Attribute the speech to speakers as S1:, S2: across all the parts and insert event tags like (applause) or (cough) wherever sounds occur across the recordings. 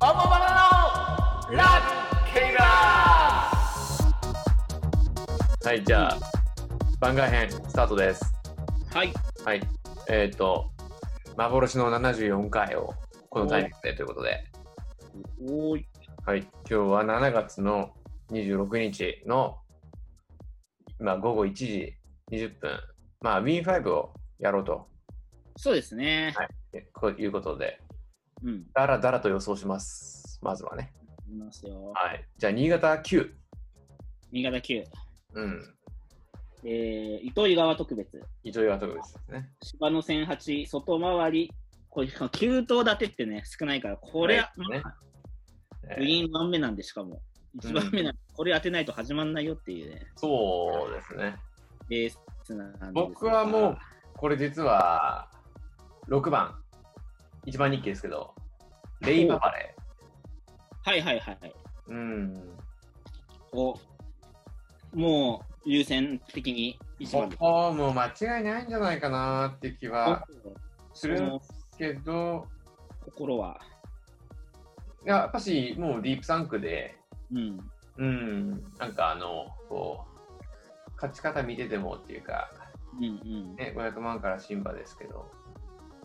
S1: オモバナのラブケイラーはい、じゃあ、番外編スタートです。
S2: はい。
S1: はい。えっ、と、幻の74回をこのタイミングでということで、
S2: おーい。
S1: はい。今日は7月の26日の、今午後1時20分、まあ Win5 をやろうと
S2: そうですね。
S1: はこういうことで、
S2: うん。
S1: だらだらと予想します。まずはね。
S2: いきますよ。
S1: はい。じゃあ、新潟9。
S2: 新潟9。
S1: うん。
S2: えー、糸魚川特別。
S1: 糸魚川特別ですね。
S2: 芝の線8、外回り。これ、9頭立てってね、少ないから、これは、
S1: はいねえー
S2: グリーン番目なんで、しかも。
S1: うん
S2: 1番目なんで、これ当てないと始まんないよっていうね、
S1: そうですね。
S2: レースなんですが
S1: 僕はもう、これ実は、6番、一番人気ですけど、レイババレ
S2: はいはいはいはい。
S1: ー。うん。
S2: を、もう、優先的に1
S1: こ
S2: 番で。
S1: こもう間違いないんじゃないかなって気はするん
S2: そ
S1: ですけど、
S2: の心は。
S1: いややっぱし、もうディープサンクで、
S2: うん。
S1: うん、なんかあの、こう、勝ち方見ててもっていうか、
S2: うんうん。
S1: ね、500万からシンバですけど、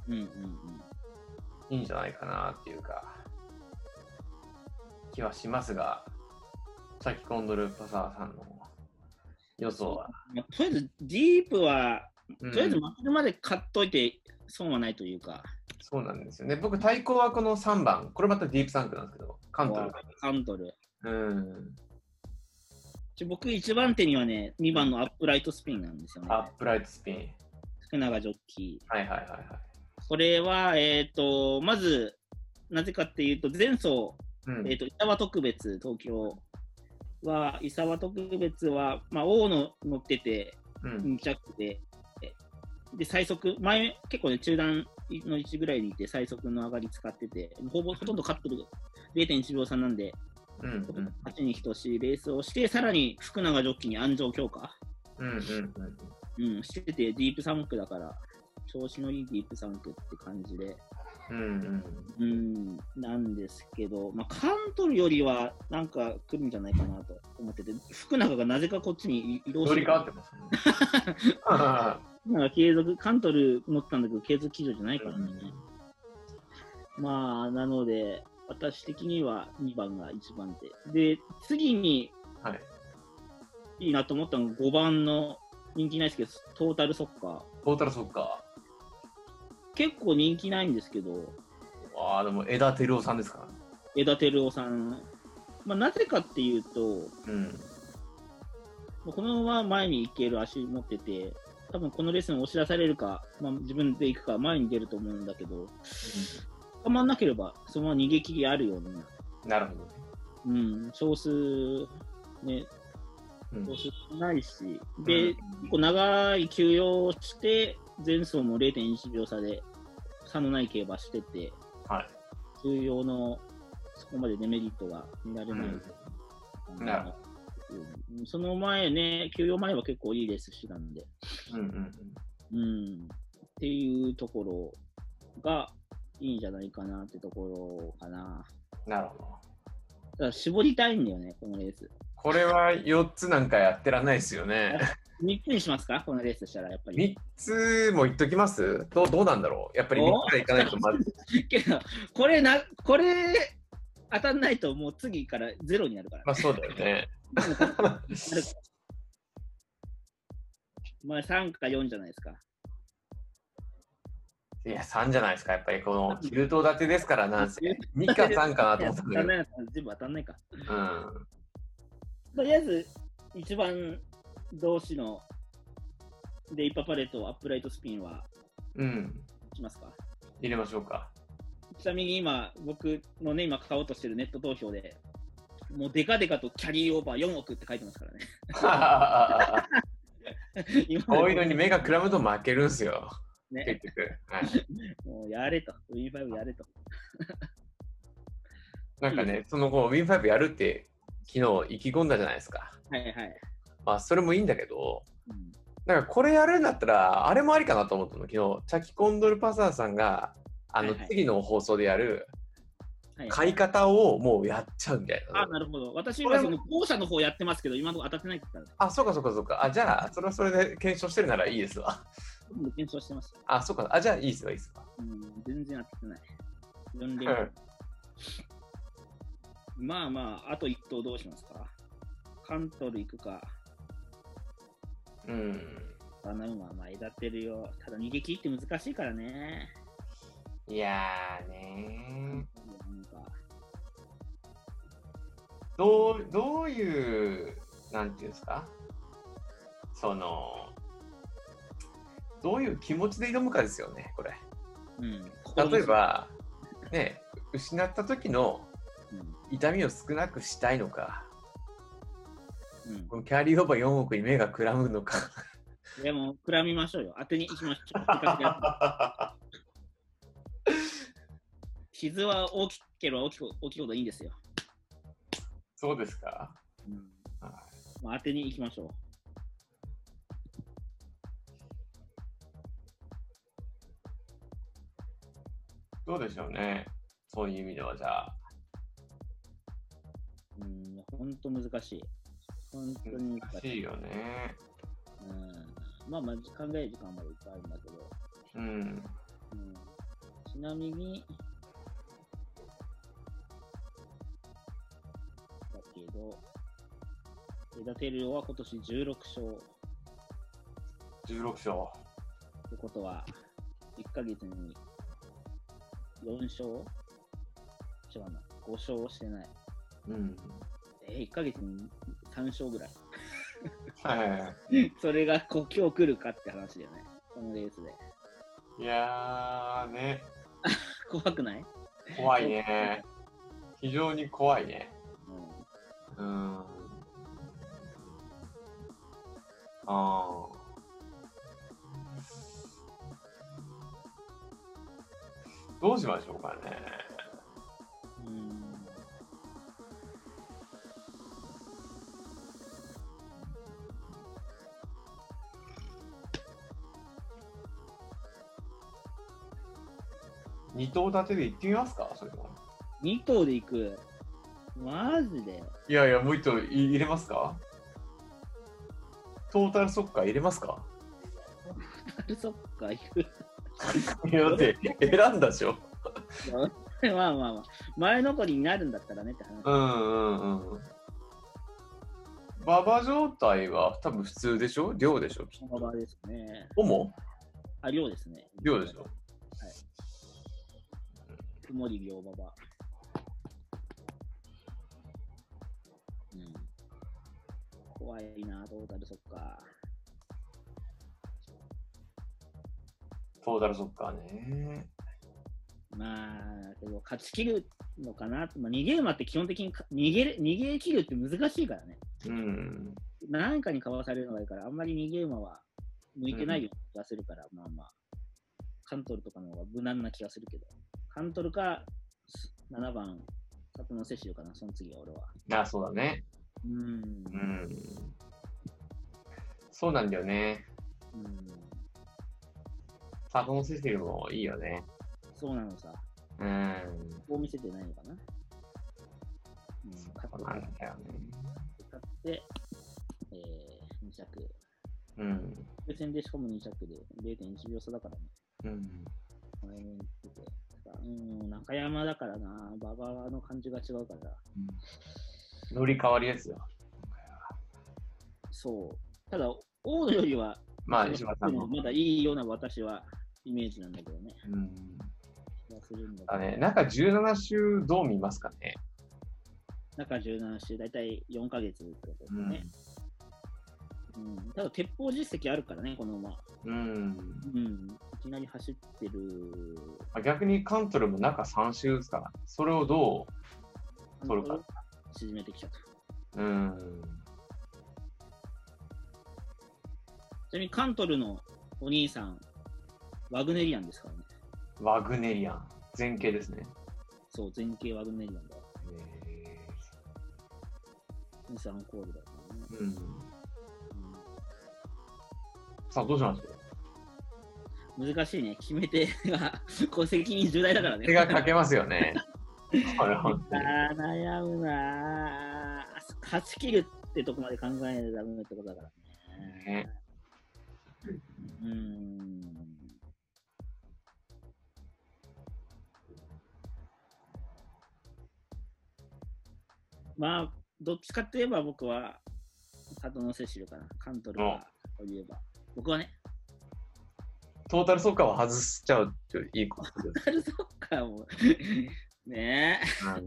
S2: うんうんうん。
S1: いいんじゃないかなっていうか、気はしますが、さっきコンドルパサーさんの予想は。
S2: まあとりあえず、ディープは、
S1: うん
S2: とりあえず負けるまで買っといて損はないというか、
S1: そうなんですよね。僕、対抗はこの3番、これまたディープサンクなんですけど、カントル。
S2: ハンドル。
S1: うん。
S2: ちょ僕、一番手にはね、2番のアップライトスピンなんですよね。
S1: アップライトスピン。
S2: 福永ジョッキ
S1: はいはいはいはい。
S2: ー。これは、えっ、と、まず、なぜかっていうと、前走、
S1: うん
S2: えっ、と、伊沢特別、東京は、伊沢特別は、まあ、大野乗ってて、
S1: うん
S2: 2着で、えで、最速、前、結構ね、中段の位置ぐらいにいて、最速の上がり使ってて、ほぼ、ほとんど勝ってる0.1秒差なんで、
S1: うんうんうん
S2: 勝ちに等しいレースをして、さらに福永ジョッキに安城強化、
S1: うんうん
S2: うん、してて、ディープサンクだから、調子のいいディープサンクって感じで、
S1: うん
S2: う
S1: うん
S2: ん、なんですけど、まあ、カントルよりは、なんか来るんじゃないかなと思ってて、福永がなぜかこっちに移動
S1: 乗
S2: し
S1: り
S2: て
S1: 換わってますね。
S2: 福永継続、カントル乗ってたんだけど、継続騎乗じゃないからね。まあ、なので、私的には2番が1番手。で、次に
S1: はい。
S2: いいなと思ったのが5番の人気ないですけど、トータルソッカー。
S1: トータルそっか。
S2: 結構人気ないんですけど、
S1: ああ、でも枝照夫さんですか
S2: 枝照夫さん。まあ、なぜかっていうと、
S1: ら。うん。
S2: まあこのまま前に行ける足持ってて、多分このレースに押し出されるか、まあ、自分で行くか前に出ると思うんだけど、捕まんなければ、そのまま逃げ切りあるような、
S1: なるほどね。
S2: うん、少数、ね、
S1: うん
S2: 少数ないし、で、
S1: うん
S2: 結構長い休養をして、前走も0.1秒差で差のない競馬してて、
S1: はい。
S2: 休養のそこまでデメリットが見られ
S1: う
S2: ない
S1: ん
S2: か
S1: なるほ
S2: うんその前ね、休養前は結構いいレースしてたんで、
S1: うんうん
S2: うん、っていうところがいいんじゃないかなってところかな。
S1: うん。なるほど。
S2: ただ絞りたいんだよね、このレース。
S1: これは4つなんかやってらんないですよね。
S2: 3つにしますかこのレースしたら、やっぱり。
S1: 3つも言っときますどうどうなんだろうやっぱり3つからいかないとまず。 (laughs)
S2: けど、これな、これ、当たんないと、もう次からゼロになるから。
S1: まあそうだよね。
S2: まあ、3か4じゃないですか。
S1: いや、3じゃないですか。やっぱりこの9頭
S2: (laughs)
S1: 立てですから、なんせ。2か3かなと思ったん
S2: いや当た
S1: だけ
S2: ん
S1: ど。
S2: ないやつは全部当たんないか。
S1: うん。
S2: とりあえず、一番同士のレイパパレット、アップライトスピンは
S1: うん。
S2: いきますか。
S1: 入れましょうか。 (laughs)
S2: ちなみに今、僕のね、今買おうとしてるネット投票で、もうデカデカとキャリーオーバー4億って書いてますからね。今まで
S1: こういうの
S2: (laughs)
S1: に目がくらむと負けるんすよ。
S2: ね
S1: 結、局。はい、
S2: もうやれと、V5 やれと。
S1: なんかね、その後、Win5 やるって、昨日意気込んだじゃないですか。
S2: はいはい。
S1: まあ、それもいいんだけど、
S2: うん
S1: なんかこれやるんだったら、あれもありかなと思ったの、昨日、チャキコンドルパサーさんが、あの、
S2: はいはい
S1: 次の放送でやる、
S2: はい
S1: 買い方をもうやっちゃうみたいな。
S2: あ、なるほど。私
S1: これ
S2: は
S1: も
S2: その後者の方やってますけど、今のところ当たってないですから、
S1: あ、そうかそうかそうか。あ、じゃあ、それはそれで検証してるならいいですわ。
S2: 僕も検証してます。
S1: あ、そうか。あ、じゃあいいですわ、いいですわ。
S2: うん、全然当たってない。四連
S1: うん
S2: 覇。まあまあ、あと一投どうしますか。カントル行くか。
S1: うん。
S2: バナウンは前立ってるよ。ただ逃げ切って難しいからね。
S1: いやーね
S2: なんか
S1: ーどう、どういう、なんていうんですかその、どういう気持ちで挑むかですよね、これ。
S2: うん、
S1: 例え、ば、ね、失った時の
S2: うん
S1: 痛みを少なくしたいのか、
S2: うん
S1: このキャリーオーバー4億に目がくらむ
S2: (laughs)
S1: のか。
S2: いやもう、くらみましょうよ。当てに行きましょう。せっかくや
S1: (laughs)
S2: った傷は大きければ大きく大きいほどいいんですよ。
S1: そうですか
S2: うん
S1: は
S2: まあ、当てに行きましょ
S1: どうでしょうね。そういう意味では、じゃあ。
S2: う。うん、本当難しい。本当に難
S1: 難
S2: しい。
S1: しいよね。
S2: うん、まあまあ、考える時間までいっぱいあるんだけど。
S1: うん。
S2: うん、ちなみに、だけど、枝テルは今年16勝っ
S1: 16勝。
S2: てことは、1ヶ月に4勝違うな、5勝してない。
S1: うん。 (laughs)
S2: えー、1ヶ月に3勝ぐらい。 (laughs)
S1: は
S2: それがこう今日来るかって話だよね。このレースで。
S1: い。いやーね、
S2: 怖くない、
S1: 怖いね。非常に怖いね。
S2: うん
S1: うん。あーどうしましょうかね。
S2: うん
S1: 二頭立てで行ってみますかそれも。
S2: 2頭で行く。マジで (laughs)
S1: いやいや、もう一頭い入れますかトータルソッカー入れますか
S2: そっか、行く。
S1: いや、だって選んだでしょ。
S2: (laughs) まあまあまあ、前残りになるんだったらねって話。
S1: うんうんうん。馬場状態は多分普通でしょ量でしょきっ
S2: この
S1: と。
S2: 場ですね。
S1: おも
S2: あ、量ですね。
S1: 量でしょ
S2: 曇り秒馬場。うん。怖いな、トータルそっか。
S1: トータルソッカーね。
S2: まあ、でも勝ち切るのかな。まあ、逃げ馬って基本的にか逃げる逃げ切るって難しいからね。
S1: うん。
S2: 何かにかわされるのがいいから、あんまり逃げ馬は向いてないような気がするから、まあまあ、カントルとかの方が無難な気がするけど、カントルかす7番、里の摂取かな、その次は俺は。
S1: あ、そうだね。
S2: うーん。
S1: うん。そうなんだよね。
S2: うん
S1: サトノシステムもいいよね。
S2: そうなのさ。
S1: うん。
S2: こう見せてないのかな。うん、勝
S1: そう
S2: っ
S1: なんだよね。
S2: て、勝って、えー、2着。
S1: うん。
S2: 予選でしかも2着で0.1秒差だからね。
S1: うん。
S2: 前に言ってて。ただうん、中山だからな、馬場の感じが違うから。
S1: 乗り変わりですよ。
S2: そう。ただ、大野よりは、
S1: まあ、
S2: その
S1: 石破さんも。
S2: まだいいような私はイメージなんだけどね。
S1: うん。
S2: 気がするんだけ
S1: だ
S2: ど
S1: ね、中17週どう見ますかね。
S2: 中17週、だいたい4ヶ月ってことですね、うんただ、鉄砲実績あるからね、この馬。
S1: うん。
S2: うん。いきなり走ってる。
S1: まあ逆にカントルも中3週ですから、それをど取るか
S2: 縮めてきたと。
S1: う、うん、
S2: ちなみに、カントルのお兄さん、ワグネリアンですからね。
S1: ワグネリアン、前傾ですね。
S2: そう、前傾ワグネリアンだよ。
S1: え
S2: 23コールだからね。
S1: ーうん、
S2: うん
S1: さあ、どうします
S2: 難しいね。決め手が、こう責任重大だからね。
S1: 手がかけますよね。これ本当
S2: (laughs)
S1: に
S2: あー悩むなーあそ勝ち切るってとこまで考えないとダメってことだからね。
S1: ね
S2: うーん。まあ、どっちかといえば僕は、佐藤のセシルかな、カントルか、といえば。僕はね、 (laughs)
S1: トータルソッカーは外しちゃうっていいことで
S2: カルソッカーも、ねえ。
S1: すね。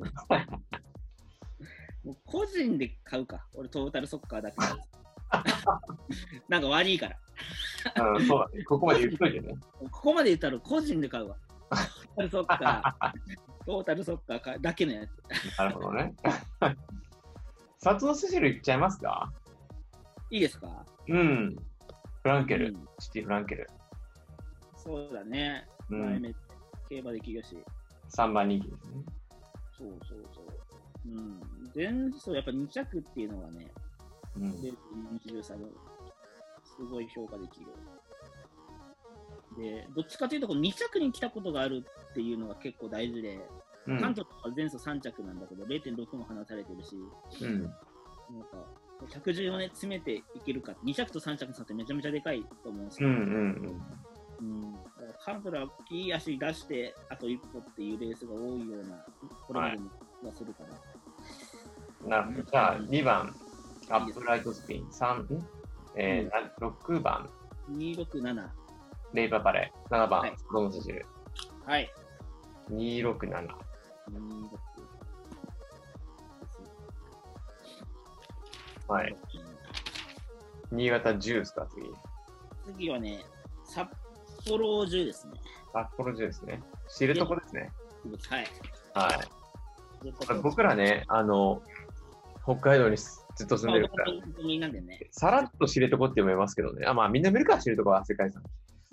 S2: もう個人で買うか。俺トータルソッカーだけ。 (laughs) なんか悪いから。
S1: うん、そうだね。ここまで言っといてね。
S2: ここまで言ったら個人で買うわ。トータルソッカ
S1: (laughs)
S2: ー。トータルソッカーかだけのやつ。
S1: なるほ
S2: (laughs)
S1: どね。 (laughs) サツノセシルいっちゃいますか
S2: いいですか
S1: うん。フランケル、
S2: うん
S1: シティ・フランケル。
S2: そうだね。
S1: う
S2: 前
S1: ん、
S2: め競馬で起業し。
S1: 3番人気ですね。
S2: そうそうそう。うん。前走やっぱ2着っていうのはね、
S1: うん
S2: で、23の、すごい評価できる。で、どっちかというと、この2着に来たことがあるっていうのが結構大事で、
S1: うん
S2: 関東とか前走3着なんだけど、0.6も離されてるし、
S1: うん
S2: なんか、着順をね、詰めていけるか、2着と3着の差ってめちゃめちゃでかいと思うんです
S1: う
S2: け
S1: んう
S2: ど、
S1: ん
S2: うんだからカントラはいい足出して、あと一歩っていうレースが多いような、これまでの気がするから、
S1: うん。なるほど。じゃあ、2番、アップライトスピン。3、んえー6番、
S2: 267、
S1: レイバーバレー。7
S2: は
S1: 番
S2: い、
S1: サツノセシル。
S2: はい、
S1: 267。
S2: 267。
S1: はい。新潟10ですか、次。
S2: 次はね、札幌中ですね。
S1: 札幌10ですね。知床ですね。
S2: はい。
S1: はい。僕らね、あの、北海道にすずっと住んでるから、
S2: みんなんでね。
S1: さらっと知床って読めますけどね。あ、まあみんな見るか、知床は世界遺産。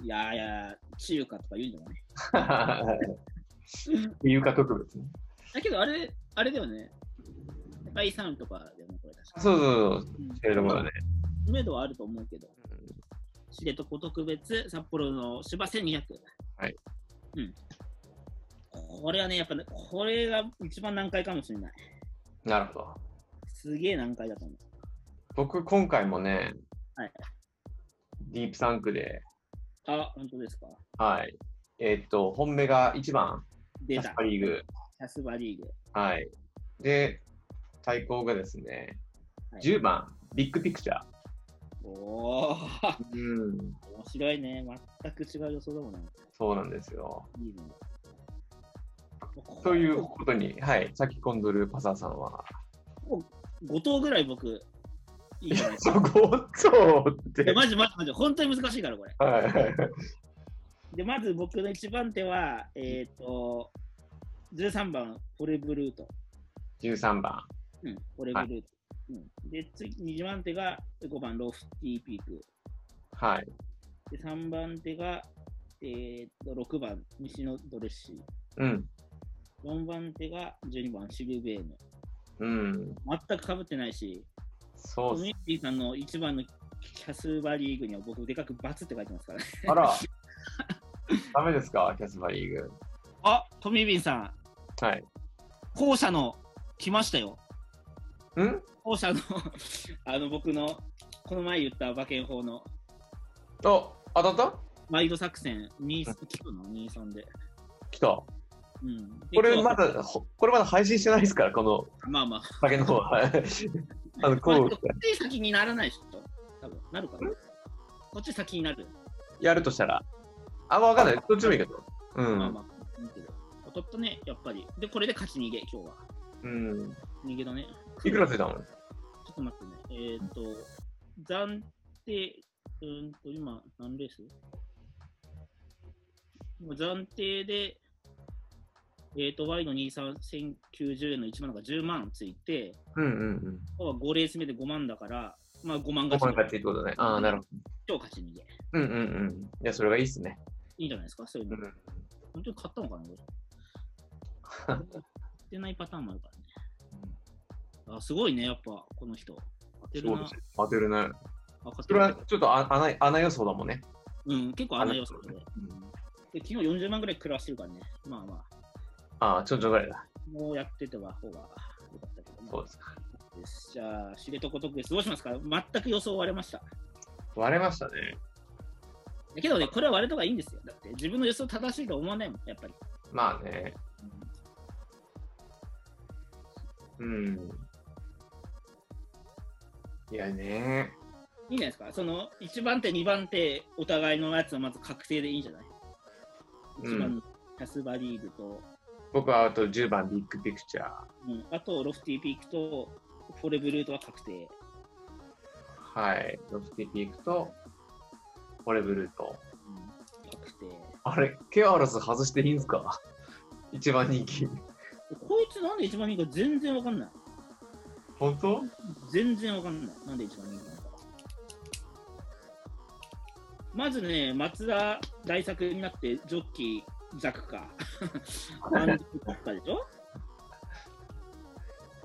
S2: いやいや、中華とか言うんじゃない
S1: 有価特別ね。
S2: だけど、あれ、あれだよね。世界遺産とかでもこれ確か
S1: そうそうそう、
S2: うん
S1: 知床だね。
S2: 知名度はあると思うけど、知床特別札幌の芝1200。
S1: はい。
S2: うん。これはね、やっぱね、これが一番難解かもしれない。
S1: なるほど。
S2: すげえ難解だと思う。
S1: 僕、今回もね、
S2: はい
S1: ディープサンクで、
S2: あ、本当ですか。
S1: はい。えーっと、本目が1番、キ
S2: 出
S1: ャス
S2: た
S1: パ。リーグ。
S2: キャスバリーグ。
S1: はい。で、対抗がですね、
S2: はい
S1: 10番、ビッグピクチャー。
S2: おー、
S1: うん、
S2: 面白いね。全く違う予想だもんね。
S1: そうなんですよ。
S2: いいね。
S1: ということに、はい、先込んどるパサーさんは。
S2: 5頭ぐらい僕、いいじゃないです
S1: そ
S2: か。
S1: こをそうっ
S2: いや
S1: (laughs) て。
S2: マジマジマジ、本当に難しいから、これ。
S1: はいはいはい
S2: で、まず僕の一番手は、えっ、と、13番、フォレブルート。
S1: 13番。
S2: うん、フォレブルート。うん、で、次、2番手が5番、ロフティーピーク。
S1: はい。
S2: で、3番手が、えっと6番、西のドレッシ
S1: うん。
S2: ー。4番手が12番、シルベーヌ。
S1: うん。
S2: 全く被ってないし、コ
S1: そうっ
S2: ミュニティさんの一番のキャスバリーグには僕、でかくバツって書いてますからね。
S1: す。あら。 (laughs) ダメですか、キャスバリーグ。
S2: あ、トミービンさん、
S1: はい。
S2: 後者の来ましたよ。
S1: ん
S2: 後者の (laughs) あの僕のこの前言った馬券法の
S1: あ、当たった
S2: マイド作戦2聞くの23で。
S1: 来た。
S2: うん、で
S1: これ
S2: 今
S1: ま
S2: 日は
S1: だ、ほこれまだ配信してないですから、この
S2: まあまあ。
S1: 酒の方は。 (laughs) はいあの、
S2: こ
S1: こ
S2: れこ
S1: う、
S2: っち先にならないでしょ。多分なるかな。こっち先になる。
S1: やるとしたら。あ、わかんない。どっちもいいけど。う
S2: まあ
S1: ん。
S2: まあ。いいけど。当たったね、やっぱり。で、これで勝ち逃げ、今日は。
S1: うん。
S2: 逃げだね。
S1: いくらついたの
S2: ちょっと待ってね。えーっ、と、暫定、うーんと、今、何レース今暫定で、えーっ、と、Y の23、1090円の1万が10万ついて、
S1: うんうんうん。
S2: 今日は5レース目で5万だから、まあ5万
S1: ご
S2: 勝ち。
S1: 飯買ってってことね。ああ、なるほど。
S2: 今日勝ち逃げ。
S1: うんうんうん。いや、それがいいっすね。
S2: いいんじゃないですかそういう
S1: う
S2: の。
S1: ん。
S2: 本当に買ったのかな俺。買ってないパターンもあるからね。あすごいね、やっぱ、この人。当てる
S1: そう
S2: な
S1: で。すね。当てるね。
S2: あ勝
S1: そ
S2: て
S1: れ
S2: る
S1: はちょっとあ穴穴予想だもんね。
S2: うん、結構穴よ、それ。
S1: うん
S2: で、昨日40万ぐらい食らわしてるからね。まあまあ。
S1: ああ、ちょんちょんぐらいだ。
S2: もうやってた方が良かったけど
S1: そう
S2: も
S1: ですか。
S2: ですじゃあ、知床特別、どうしますか全く予想割れました。
S1: 割れましたね。
S2: だけどね、これは割れた方がいいんですよ。だって、自分の予想正しいと思わないもん、やっぱり。
S1: まあね。うん。いやね。
S2: いいんじゃないですかその、1番手、2番手、お互いのやつはまず確定でいいんじゃない
S1: うん
S2: ?1 番のキャスバリーグと、
S1: 僕はあと10番ビッグピクチャー。
S2: うん、あと、ロフティピークと、フォレブルートは確定。
S1: はい。ロフティピークと、フォレブルート。
S2: うん、確定。
S1: あれ、ケアラス外していいんすか一番人気。
S2: こいつなんで一番人気か全然わかんない。
S1: 本当
S2: 全然わかんない。なんで一番人気なのか。まずね、松田大作になって、ジョッキーザクか。安城ザクかでしょ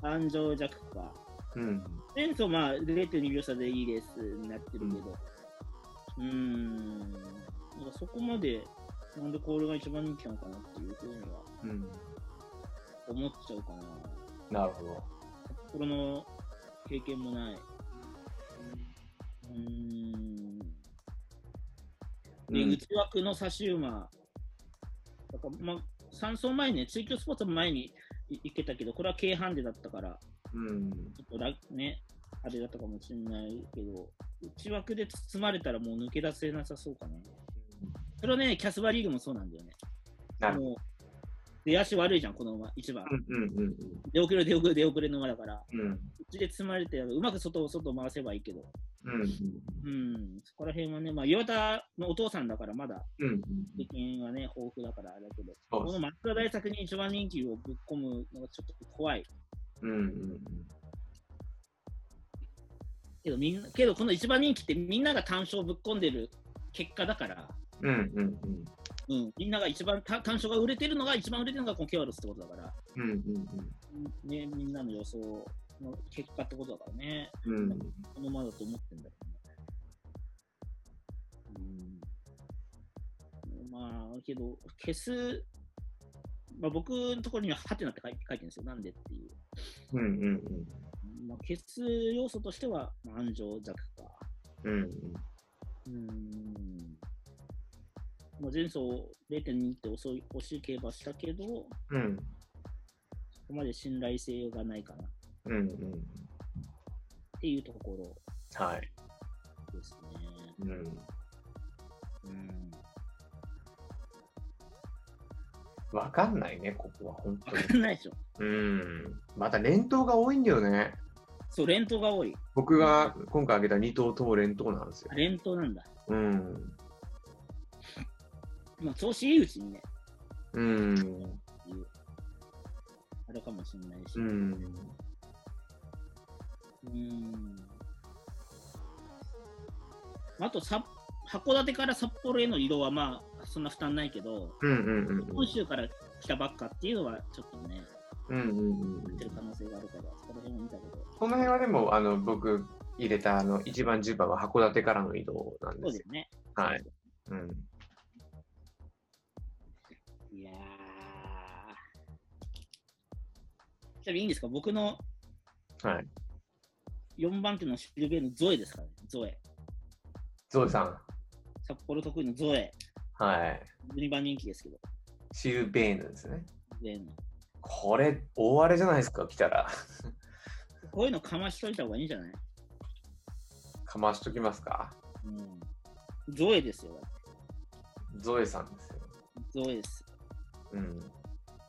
S2: 安城ザクか。
S1: うん。
S2: 前走まあ0.2秒差でいいレースになってるけど、うーん、なんかそこまでなんでコールが一番人気なのかなっていうふうには
S1: うん。
S2: 思っちゃうかな。
S1: なるほど。
S2: これの経験もない。うーん。
S1: う
S2: で、
S1: ん
S2: 内枠の差し馬。だからまあ、3走前ね、追挙スポーツも前にい行けたけど、これは軽ハンデだったから、
S1: うん。
S2: ちょっとらね、あれだったかもしれないけど、内枠で包まれたらもう抜け出せなさそうかな。それはね、キャスバリーグもそうなんだよね。
S1: なるほど。
S2: もう出足悪いじゃん、この馬、一番。
S1: うんうんうん
S2: 出遅れ、出遅れ、出遅れの馬だから、
S1: うん。うん
S2: 内で包まれて、うまく外を外を回せばいいけど、
S1: うん
S2: うん、そこら辺はね、まあ、岩田のお父さんだから、まだ
S1: うんうん。
S2: 経験がね、豊富だからあれだけど、
S1: そう
S2: こ
S1: で
S2: の
S1: す
S2: 松田大作に一番人気をぶっ込むのがちょっと怖い。
S1: うんうん
S2: けど、みんな、けどこの一番人気ってみんなが単勝ぶっ込んでる結果だから、
S1: うん。うんうんうん。
S2: うん、みんなが一番た単勝が売れてるのが一番売れてるのがこのケアロスってことだから、
S1: うんうん
S2: うんね、みんなの予想の結果ってことだからね、
S1: うん。うん。
S2: このままだと思ってんだけどね。うん。まあ、けど、消す、まあ僕のところにはハテナって書い書いてるんですよ。なんでっていう。
S1: うんうんうん。
S2: まあ、消す要素としては、まあ、安城弱か。
S1: うん
S2: うん。まあ、前走0.2って遅い、惜しい競馬したけど、こ
S1: うん。
S2: こまで信頼性がないかなっ
S1: うんうん。
S2: ていうところ
S1: はい。
S2: ですね。
S1: う
S2: う
S1: ん。
S2: ん。
S1: わかんないね、ここは本
S2: わ
S1: 当に。
S2: かんないでしょ。
S1: うん。また連投が多いんだよね。
S2: そう、連投が多い。
S1: 僕が今回挙げた2頭とも連投なんですよ。
S2: 連投なんだ。
S1: うん。
S2: まあ、調子いいうちにね、
S1: うん。
S2: いう、あれかもしれないし。
S1: う。
S2: うんーん。あとさ、函館から札幌への移動はまあ、そんな負担ないけど、
S1: うんうんうん
S2: 本州から来たばっかっていうのは、ちょっとね、
S1: うんうんうんう
S2: 出
S1: ん
S2: てる可能性があるから、そこら辺を見たけど、
S1: この辺はでもあの僕入れたあの1番10番は函館からの移動なん
S2: そ
S1: で
S2: うで
S1: すよ
S2: す。ね。
S1: はい。うん。
S2: いやー。じゃあいいんですか僕の
S1: はい。
S2: 4番手のシルベールのゾエですからね、ゾエ。
S1: ゾウさん。
S2: 札幌得意のゾエ。
S1: はい。
S2: 2番人気ですけど、
S1: シルベーヌですね。
S2: ゾエの。
S1: これ、大荒れじゃないですか、来たら。
S2: こういうのかましといた方がいいんじゃない
S1: かましときますか。
S2: うん。ゾエですよ。
S1: ゾエさんですよ。
S2: ゾエです。
S1: うん。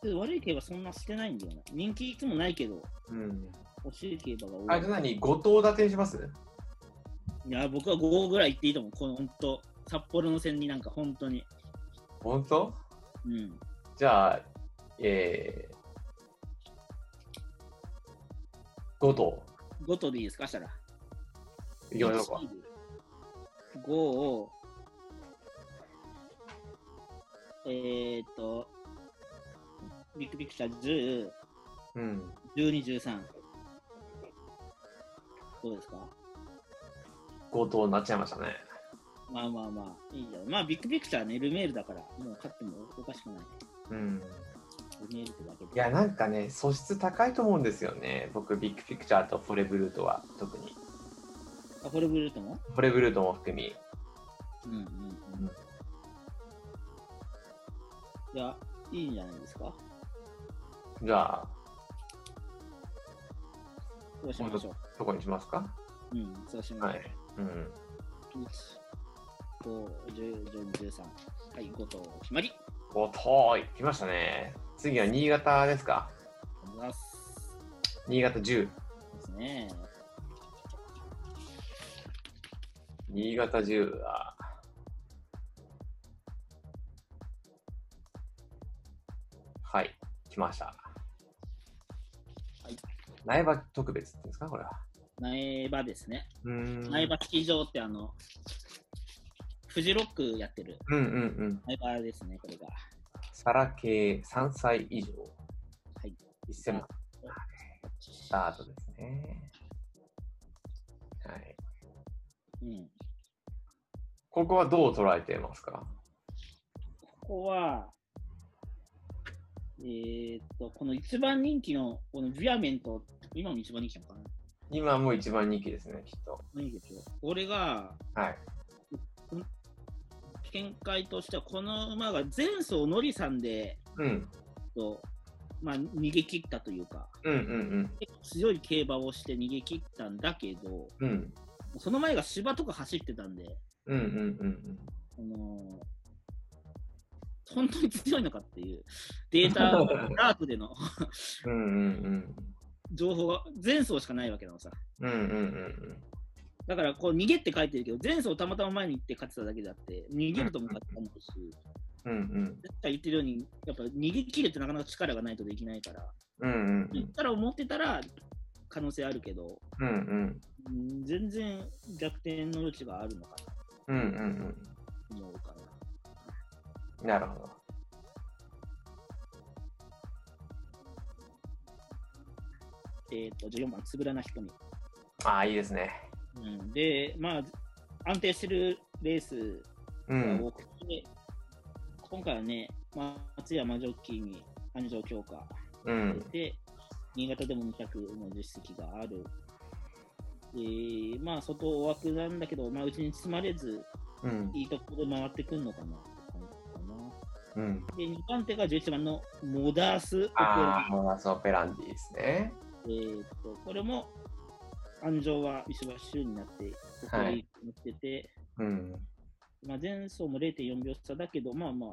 S2: で悪い競馬そんなしてないんだよな。人気いつもないけど、
S1: うん。
S2: 欲しい競馬
S1: あ、
S2: が
S1: じゃあ
S2: 多い。
S1: 何 ?5 頭立てにします
S2: いや、僕は5ぐらい行っていいと思う。この本当札幌の線になんか本当に。
S1: 本当
S2: うん。
S1: じゃあ、えー、5頭
S2: 5とでいいですかしたら。
S1: いきましょうか。
S2: 5を、えー、っと、ビッグピクチャー10、
S1: うん。
S2: 12、13。どうですか
S1: 5頭になっちゃいましたね。
S2: まあまあまあ、いいじゃん。まあ、ビッグピクチャーね、ルメールだから、もう勝ってもおかしくない。
S1: うん。
S2: 見えるってだけで。
S1: いや、なんかね、素質高いと思うんですよね。僕、ビッグピクチャーとフォレブルートは、特に。
S2: あ、これブルートも
S1: フォレブルートも含み。
S2: うんうんうん。いや、いいんじゃないですか。
S1: じゃあ、
S2: そうしましょ
S1: どこにしますか
S2: う。うん、そうしま
S1: は
S2: しょう。
S1: い。うん。
S2: 1、5、10、13。はい、5と決まり。
S1: おとい、来ましたね。次は新潟ですか
S2: ありがとうございます。
S1: 新潟10。
S2: ですね。
S1: 新潟10は。はい、来ました。
S2: はい
S1: 苗場特別っていうんですか、これは。
S2: 苗場ですね。
S1: うーん。
S2: 苗場スキー場ってあの、フジロックやってる
S1: うんうんうん。
S2: 苗場ですね、これが。
S1: 皿系3歳以上。
S2: はい。
S1: 1000万。スタートですね。はい。
S2: うん。
S1: ここはどう捉えてますか
S2: ここは、えー、っと、この一番人気の、このビアメント、今も一番人気なのかな
S1: 今もう一番人気ですね、きっと。
S2: 何でしょう俺が、
S1: はい。
S2: 見解としては、この馬が前走のりさんで、
S1: うん。
S2: とまあ、逃げ切ったというか、
S1: うんうん
S2: 結構強い競馬をして逃げ切ったんだけど、
S1: うん。うん。
S2: その前が芝とか走ってたんで、
S1: うんうんうん
S2: あのー本当に強いのかっていうデー (laughs) タ、ダートでの
S1: うん。うんうん
S2: 情報が前走しかないわけなのさ。
S1: うん。うんうんうん
S2: だからこう逃げって書いてるけど、前走たまたま前に行って勝てただけであって、逃げるとも勝てたんだし、
S1: うん。うん
S2: 絶対言ってるように、やっぱ逃げ切るってなかなか力がないとできないから、
S1: うん。うんうん
S2: 言ったら思ってたら可能性あるけど、
S1: うんうん。
S2: うん全然逆転の余地があるのかな
S1: うんうん
S2: と思うかな。
S1: うん。なるほど。
S2: えっ、と、14番、つぶらな瞳。
S1: ああ、いいですね。
S2: うん、で、まあ、安定してるレース
S1: う
S2: が
S1: ん。
S2: 多くて、今回はね、まあ、松山ジョッキーに安城強化
S1: うん。
S2: で、新潟でも200の実績がある。で、まあ、外枠なんだけど、まあ、うちに詰まれず、
S1: うん。
S2: いいところで回ってくるのかなって感じかな。
S1: うん。
S2: で、2番手が11番のモダース・オペ
S1: あ
S2: ラ
S1: あ、。モラスオペランディですね。
S2: えーっと、これも、安城は石橋周になって、ここに乗ってて、
S1: うん。
S2: まあ、前走も0.4秒差だけど、まあまあ、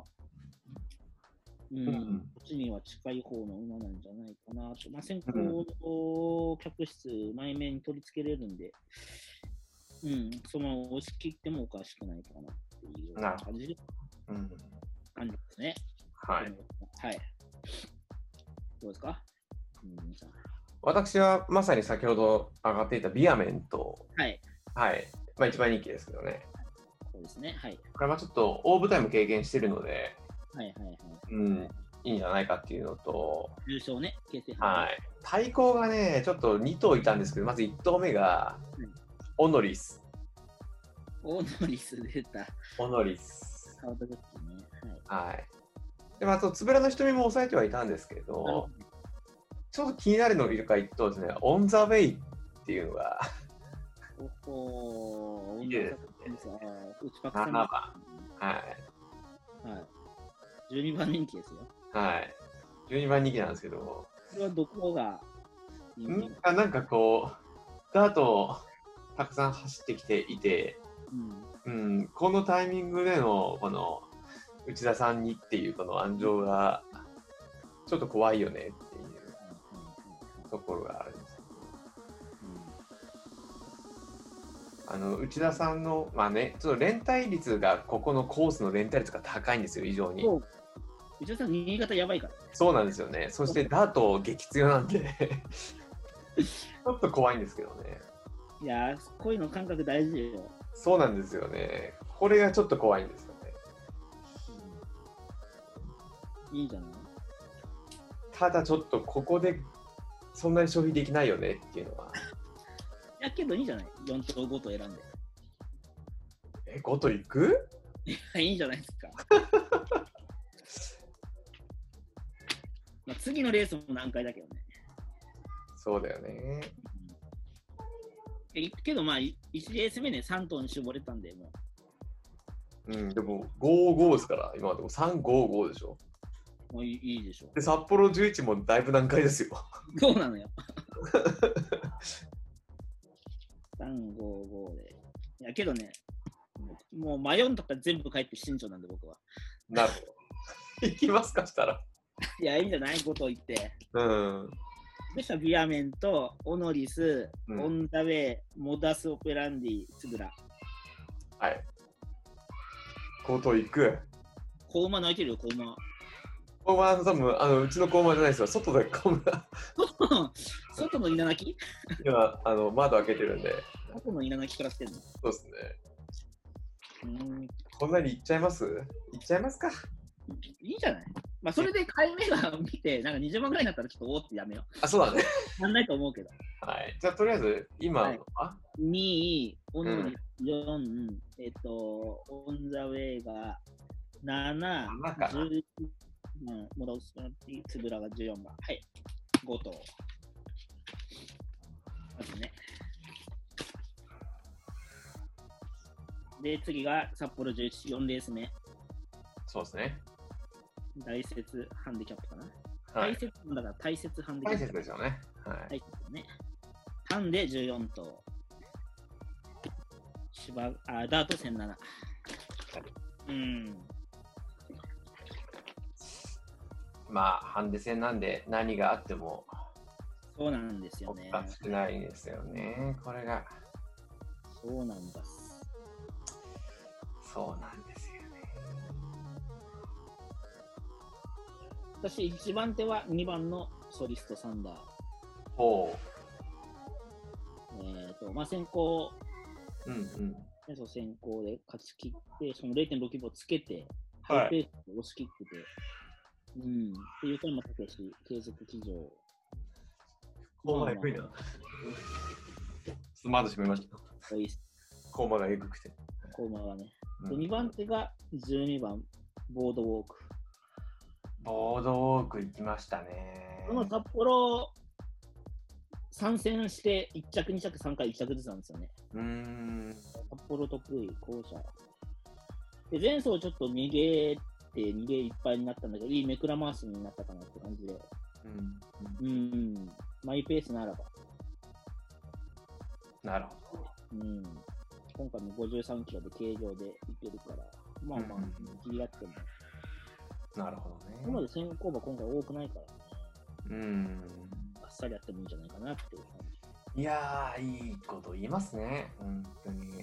S2: うん、
S1: うん
S2: こっちには近い方の馬なんじゃないかなと。まあ、先行と客室、前面に取り付けれるんで、うん、そのまま押し切ってもおかしくないかなっていう
S1: なるほ
S2: 感じ
S1: うん。
S2: 感じですね。
S1: はい。。
S2: はい。どうですか、うん、さん
S1: 私はまさに先ほど上がっていたビアメント。
S2: はい。
S1: はい。まあ一番人気ですけどね。
S2: そうですね。はい。
S1: これはちょっと大舞台も経験してるので、
S2: はいはいはい。
S1: うん、いいんじゃないかっていうのと、
S2: 優勝ね、形成
S1: はい、対抗がね、ちょっと2頭いたんですけど、まず1頭目が
S2: うん、
S1: オノリス。
S2: 大ノリス出た、
S1: オノリス。
S2: カウトジョッキーね。はい。
S1: はい。で、まあ、あと、つぶらの瞳も抑えてはいたんですけ
S2: なるほ
S1: ど
S2: ど、
S1: ちょっと気になるのがいるか1頭ですね、オン・ザ・ウェイっていうのが、
S2: おお、
S1: いいですね
S2: 内パクさん。
S1: 7
S2: は。
S1: はい
S2: 12番人気ですよ。
S1: い。はい。12番人気なんですけど、
S2: これはどこが人気
S1: んあなんかこう、ダートをたくさん走ってきていて、
S2: うん。
S1: うん、このタイミングでのこの内田さんにっていうこの安情がちょっと怖いよねっていう
S2: はいはい
S1: ところがあるんです
S2: は
S1: あの内田さんのまあねちょっと連帯率がここのコースの連帯率が高いんですよ異常
S2: い
S1: に
S2: うんそう内田さん、新潟やばいからね。
S1: そうなんですよねそしてダート激強なんでちょっと怖いんですけどね
S2: いやー、こういうの感覚大事よ。
S1: そうなんですよねこれがちょっと怖いんですよね
S2: いいじゃない
S1: ただちょっとここでそんなに消費できないよねっていうのは
S2: やけどいいじゃない ?4 と5と選んで。 (laughs)
S1: え5といく
S2: いいんじゃないですか。次のレースも難解だけどね。
S1: そうだよね。
S2: えいけど、まあ、1レース目ね、3頭に絞れたんで、も
S1: うん、でも5-5ですから、今でも3-5-5でしょ。
S2: うもういいいいでしょ
S1: で、札幌11もだいぶ難解ですよ。 (laughs)
S2: う。そうなのよ。355で。いや、けどね、もう迷うんだったら全部帰って新庄なんで、僕は。
S1: なるほど。いきますか、したら。
S2: いや、いいんじゃないこと言って。
S1: うん。
S2: でしたらビアメンと、オノリス、
S1: うん
S2: オンダウェイ、モダス・オペランディ、つぶら。
S1: はい。コート行く。
S2: 子馬泣いてるよ、子馬。 (laughs)
S1: コーマー多分あのうちのコーマーじゃないですよ。外でコーマー
S2: 外の稲垣
S1: 今あの窓開けてるんで。
S2: 外の稲垣からしてるの。
S1: そうですね。
S2: うーん
S1: こんなに行っちゃいます行っちゃいますか。
S2: いいじゃないまあ、それで買い目が見て、なんか20万ぐらいになったらちょっとおーってやめよ
S1: あ、そうだね。
S2: う。なんないと思うけど。
S1: はい。じゃあとりあえず今、
S2: はい
S1: あ
S2: 2位、オノリ4、えっと、オンザウェイが7、
S1: 7かな
S2: 11、うん、モダスティ、つぶらが14番。はい。5頭。まずね。で、次が札幌11、4レース目。
S1: そうですね。
S2: 大雪ハンディキャップかな。
S1: は
S2: 大
S1: い。
S2: 雪だから大雪ハンディ
S1: 大
S2: キャッ
S1: 切
S2: プ。
S1: ですよね。はい。
S2: 大雪ね。ハンデ14頭。芝あダート1007。うん。
S1: まあハンデ戦なんで何があっても
S2: そうなんですよ
S1: お
S2: ね。
S1: かしくないですよね。これが
S2: そうなんだっす。
S1: そうなんですよね。
S2: 私、一番手は2番のソリストサンダー。
S1: ほ
S2: えっ、と、まあ、先行、
S1: う。うんうん。
S2: ねそう先行で勝ち切って、その0.6規模つけて、
S1: はい
S2: ハイペースで押し切ってて、うん。っていう点もたけし、継続騎乗。
S1: コーマがエグいな。ちょっと窓閉めました。
S2: こいいっす
S1: コーマがエグくて。
S2: コーマはね。
S1: うん
S2: で、2番手が12番、ボードウォーク。
S1: ボードウォーク行きましたね。
S2: この札幌、参戦して1着、2着、3回、1着ずつなんですよね。
S1: うーん。
S2: 札幌得意、校舎。で、前走ちょっと逃げて、逃げいっぱいになったんだけど、いい目くら回しになったかなって感じで。
S1: うん、
S2: うん。マイペースならば。
S1: なるほど。
S2: うん。今回も53キロで軽量でいけるから、まあまあ
S1: うん、
S2: 気になっても。
S1: なるほ
S2: 今ま
S1: ど
S2: で
S1: ね。
S2: 先行馬今回多くないから、
S1: うん。
S2: あっさりやってもいいんじゃないかなっていう感じ。
S1: いやー、いいこと言いますね。本当に。
S2: ど
S1: い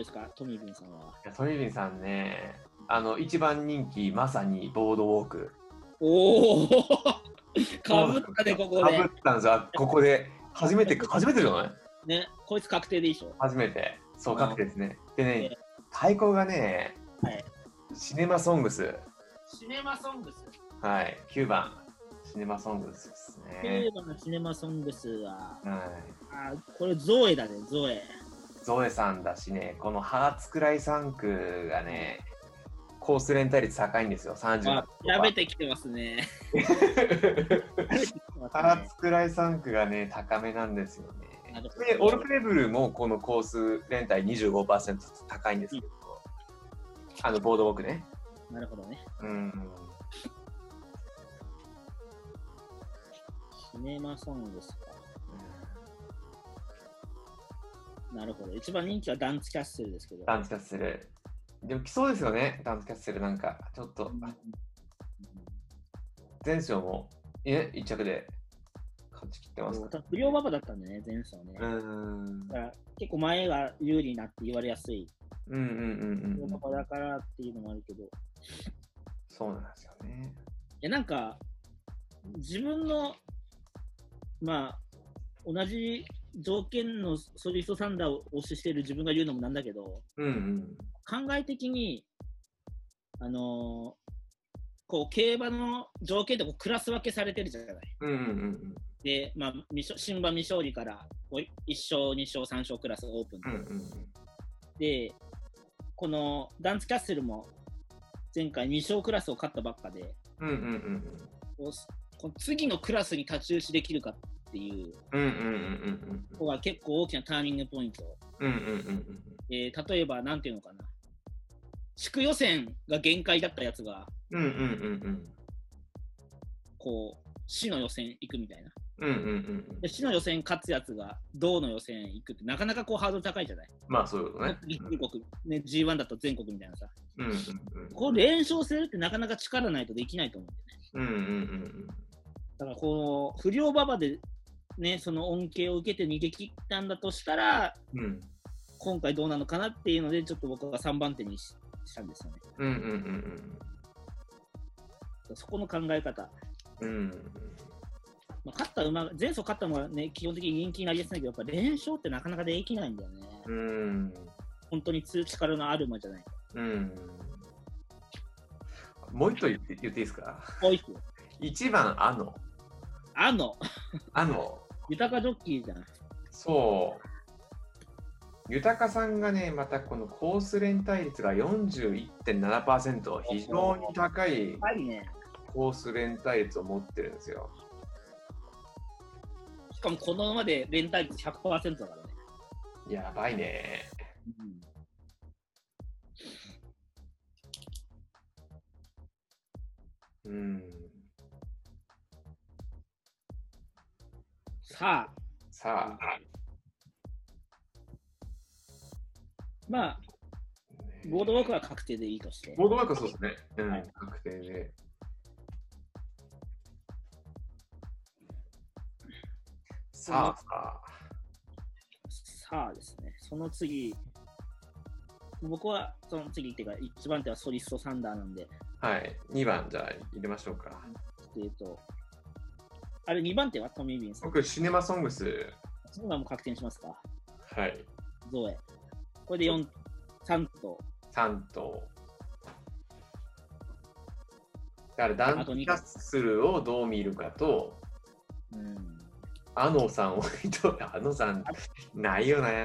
S2: うですか、トミー・ビンさんは。
S1: やトリビンさんね、あの、一番人気、まさにボードウォーク。
S2: おおかぶったね、ここ
S1: かぶ
S2: で
S1: っ。たんですよ。あここで。初めて、初めてじゃない
S2: ね、こいつ確定でいいでしょ。
S1: 初めて。そう、
S2: あー
S1: 確定ですね。で
S2: え
S1: ね、対抗がね、
S2: はい
S1: シネマソングス。
S2: シネマソングス。
S1: はい、9番、シネマソングスですね
S2: テ。ーマのシネマソングスは、
S1: は
S2: あーこれゾエだね、ゾエ。
S1: い、ゾエさんだしね、このハーツクライ3区がね、コース連帯率高いんですよ、
S2: あ
S1: 30。
S2: やべてきてますね。
S1: (laughs) ハーツクライ3区がね、高めなんですよね
S2: なるほ。ど
S1: で、オルフレブルもこのコース連帯25%高いんですけど、あの、ボードウォークね。
S2: なるほどね。
S1: うん。
S2: シネマソングスか。なるほど。一番人気はダンツキャッスルですけど。
S1: ダンスキャッスル。でも来そうですよね、ダンスキャッスルなんか。ちょっと、前走も、え、1着で勝ち切ってます
S2: そ
S1: か
S2: うただ不良馬場だったんでね、前走ね。
S1: う
S2: だ
S1: ーん
S2: から結構前が有利になって言われやすい。
S1: うんうんうん
S2: 不良
S1: うん
S2: 馬場だからっていうのもあるけど。い
S1: そうなんですよね。
S2: や、なんか、自分の、まあ、同じ条件のソリストサンダーを推ししてる自分が言うのもなんだけど、
S1: うんうん。
S2: 考え的に、あのーこう競馬の条件でこうクラス分けされてるじゃない。
S1: うんうんうん
S2: で、まあ、未勝新馬未勝利からこう1勝、2勝、3勝クラスオープン
S1: うん。うん
S2: で、このダンスキャッスルも前回2勝クラスを勝ったばっかで、
S1: うんうんうんうんうん
S2: こうこの次のクラスに太刀打ちできるかっていう
S1: うんうんうん
S2: ここが結構大きなターニングポイント。
S1: うんうんうんうんうん
S2: えー例えば、なんていうのかな。地区予選が限界だったやつが、
S1: うんうんうん
S2: こう、市の予選行くみたいな。
S1: うんうんうんうん
S2: で、市の予選勝つやつが、道の予選行くって、なかなかこうハードル高いじゃない
S1: まあそういうことね。
S2: 全国、ね、G1 だったら全国みたいなさ。
S1: うんうん
S2: こう連勝するってなかなか力ないとできないと思うんだよね。
S1: うんうんうん
S2: だから、この不良馬場で、ね、その恩恵を受けて逃げ切ったんだとしたら、
S1: うんうん
S2: 今回どうなのかなっていうので、ちょっと僕は3番手にししたんですよね。
S1: うんうんうん
S2: そこの考え方。
S1: うんうん
S2: まあ、勝った馬が、前走勝った馬がね、基本的に人気になりやすいんだけど、やっぱ連勝ってなかなかできないんだよね。
S1: うん
S2: 本当に強い力のある馬じゃない。
S1: うんもう一頭言って言っていいですか
S2: もう一個。
S1: 一番あの
S2: あの、
S1: あの
S2: 豊かジョッキーじゃん。
S1: そう豊さんがねまたこのコース連対率が41.7%非常に高い
S2: はいね。
S1: コース連帯率を持ってるんですよ。
S2: しかもこの馬で連帯率100%だからね。
S1: やばいね。
S2: うん
S1: うん。
S2: さ
S1: さあ、
S2: まあ、
S1: ね
S2: ボードウォークは確定でいいとして。
S1: ボードワークはそうですね。うん、
S2: はい
S1: 確定で。さあ、さあ。
S2: さあですね、その次、僕はその次っていうか、一番手はソリストサンダーなんで、
S1: はい、2番じゃあ入れましょうか。
S2: えっと、あれ2番手はトミー・ビンさん。
S1: 僕、シネマソングス。
S2: その馬も確定にしますか。
S1: はい。
S2: ゾエ。これで4、3と、
S1: 3頭。だから、ダ
S2: あと
S1: ン
S2: 二
S1: キャッスルをどう見るかと、
S2: うん。
S1: アノさんを見と、アノさん、ないよな、ない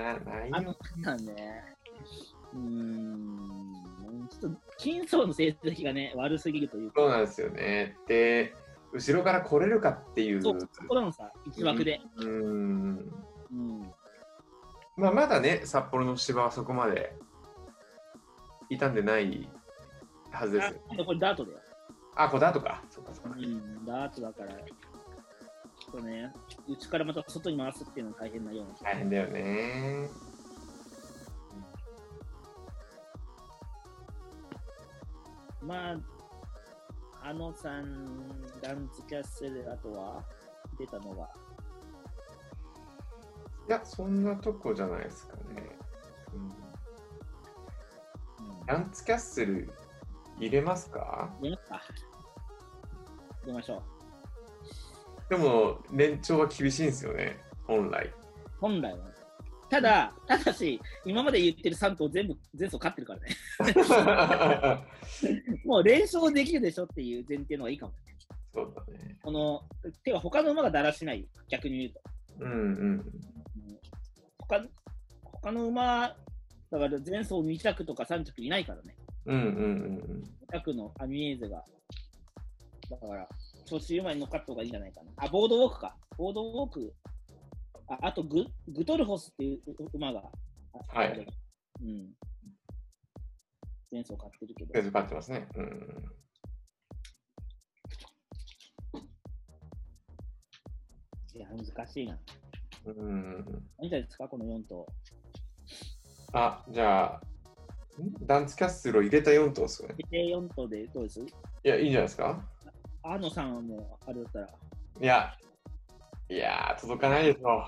S2: あ
S1: よ
S2: の、なんだね。うーん。ちょっと、金層の成績がね、悪すぎるというか、
S1: そうなんですよね。で、後ろから来れるかっていう。
S2: そう、そこらのさ、一枠で。
S1: うーん。
S2: うん。
S1: まあ、まだね、札幌の芝はそこまで傷んでないはずですよ。
S2: あとこれダートだよ。
S1: あ、これだとか。そうかそう
S2: う
S1: か。
S2: ん、ダートだから、ちょっとね、うちからまた外に回すっていうのは大変なような。
S1: 大変だよね。
S2: まあ、あのさん、ダンツキャッセル、あとは、出たのは、
S1: いや、そんなとこじゃないですかね。うん、
S2: うん
S1: ランツキャッスル入れますか
S2: 出ますか出ましょう。
S1: でも、連長は厳しいんですよね、本来。
S2: (laughs) 本来はね。ただ、ただし、今まで言ってる3頭全部、前走勝ってるからね。 (laughs) もう連勝できるでしょっていう前提の方がいいかもね。
S1: そうだね。
S2: この、てか他の馬がだらしない、逆に言うと。
S1: うんうん。
S2: うん他他の馬、だから前走2着とか3着いないからね。
S1: うんうんうん
S2: 2着のアミエーゼが。だから、調子馬に乗っかった方がいいんじゃないかな。あ、ボードウォークか。ボードウォーク。ああとグ、グトルホスっていう馬が。あ
S1: はい。
S2: あれうん。前走買ってるけど
S1: うん。。ペースってますね。うん。
S2: いや、難しいな。
S1: うん、
S2: 何歳ですか、この4頭。
S1: あ、じゃあ、んダンツキャッスルを入れた4頭ですよね。
S2: で、4頭でどうです
S1: いや、いいんじゃないですか
S2: アーノさんはもう、あれだったら。
S1: いや、いやー、届かないでしょ。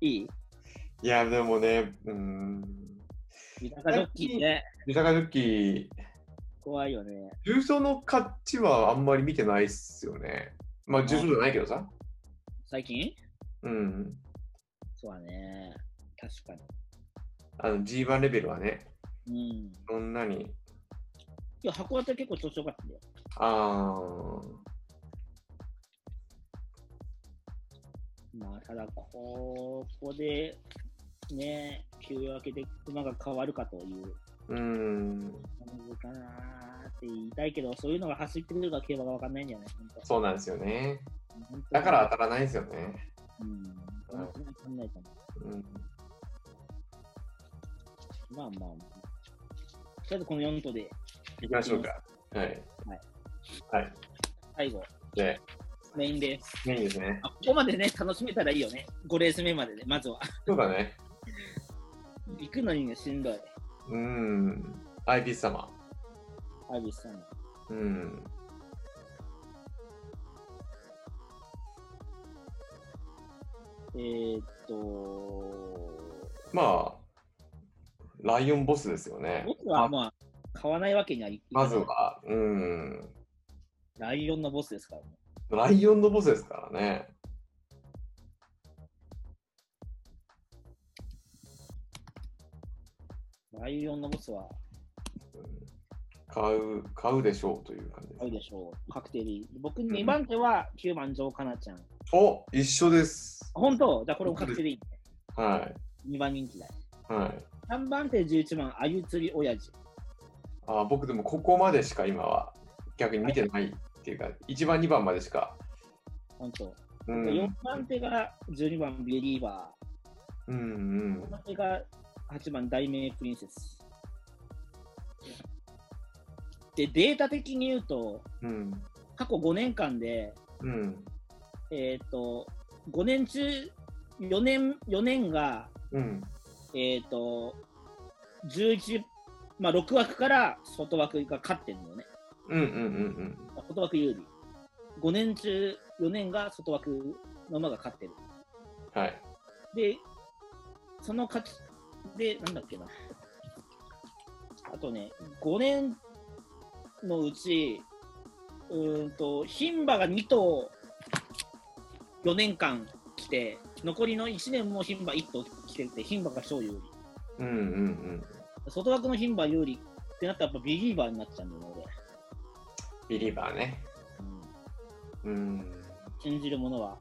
S2: いい
S1: いや、でもね、うん。
S2: 豊かジョッキーね。
S1: 三坂ジョッキー、
S2: 怖いよね。
S1: 重曹の勝ちはあんまり見てないっすよね。まあ、重曹じゃないけどさ。
S2: 最近
S1: うん。
S2: そうだね。確か
S1: あの、G1 レベルはね、
S2: に。うん。
S1: そんなに。
S2: 今日函館結構調子良かったんだよ。
S1: あ
S2: まあ、ただ、ここで、ね、休養明けで馬が変わるかという
S1: ー、うん。
S2: 感じかなーっって言いたいけど、そういうのが走ってくるから競馬が分かんないんじゃない本当
S1: そうなんですよね。
S2: 本当
S1: だから当たらないですよね。
S2: うん、本当に分かんないと思
S1: うん。
S2: う。まあまあ、とりあえずこの4頭で
S1: 行きましょうか。はい。はい。
S2: 最後、
S1: で、
S2: メインです。
S1: メインですね。
S2: あここまでね、楽しめたらいいよね。5レース目までね、まずは。
S1: そうだね。
S2: 行くのにね、しんどい。
S1: うん。アイビス様。
S2: アビスさん。
S1: うん。
S2: えー、っと、
S1: まあ、ライオンボスですよね。
S2: 僕はまあ、買わないわけにはい
S1: まずは、うん。
S2: ライオンのボスですからね。
S1: ライオンのボスですからね。
S2: ライオンのボスは
S1: うん買う、買うでしょうという感じです
S2: あるでしょう。確定でいい。僕、2番手は9番、ジョーカナちゃん。
S1: お一緒です。
S2: 本当じゃあこれも確定でいい。
S1: は
S2: 2番人気だ。
S1: い。はい。
S2: 3番手11番、あゆ釣り親父。
S1: あ僕でもここまでしか今は逆に見てないっていうか、1番、2番までしか。
S2: 本当。
S1: うん。
S2: 4番手が12番、ビリーバ
S1: うんうん
S2: ー。5。番手が8番、大名プリンセス。で、データ的に言うと、
S1: うん。
S2: 過去5年間で、
S1: うん。
S2: えーっと、5年中、4年、4年が、
S1: うん。
S2: えーっと、11、まあ、6枠から外枠が勝ってるのよね。
S1: うんうんうん
S2: 外枠有利。5年中4年が外枠の馬が勝ってる。
S1: うん。はい。
S2: で、その勝ち、で、なんだっけな。あとね、5年のうち、うーんと、牝馬が2頭4年間来て、残りの1年も牝馬1頭来てて、牝馬が超有利。
S1: うんうんうん。
S2: 外枠の牝馬有利ってなったらやっぱビリーバーになっちゃうんだよね、
S1: ビリーバーね。
S2: 俺。うん
S1: うん。
S2: 信じるものは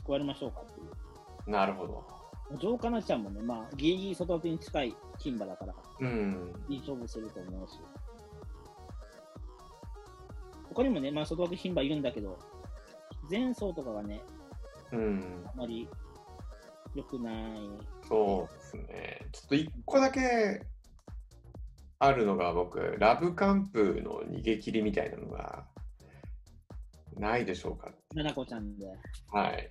S2: 救われましょうかっていう。
S1: なるほど。
S2: 城下なちゃんもね、まあ、ギリギリ外枠に近い牝馬だから、
S1: うん。
S2: いい勝負すると思うし。他にもね、まあ、外枠牝馬いるんだけど、前走とかがね、
S1: うん。
S2: あまり良くない。
S1: そうですね。ちょっと1個だけあるのが僕、ラブカンプの逃げ切りみたいなのがないでしょうか。
S2: ななこちゃんで。
S1: はい。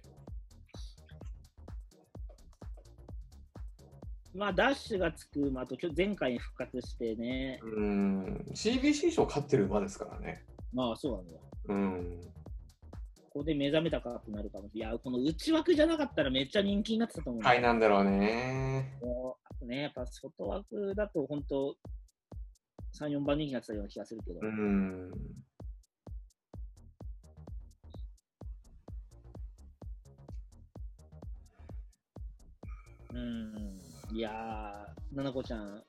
S2: まあ、ダッシュがつく馬と、きょ前回に復活してね、
S1: うん。CBC 賞勝ってる馬ですからね。
S2: まあ、そうなんだよ。
S1: うん。
S2: ここで目覚めたかってなるかもしれない。いや、この内枠じゃなかったらめっちゃ人気になってたと思う。
S1: はいなんだろうね。
S2: もうあとね、やっぱ外枠だと本当、3、4番人気になってたような気がするけど、
S1: うん。
S2: うん、いやー、ななこちゃん、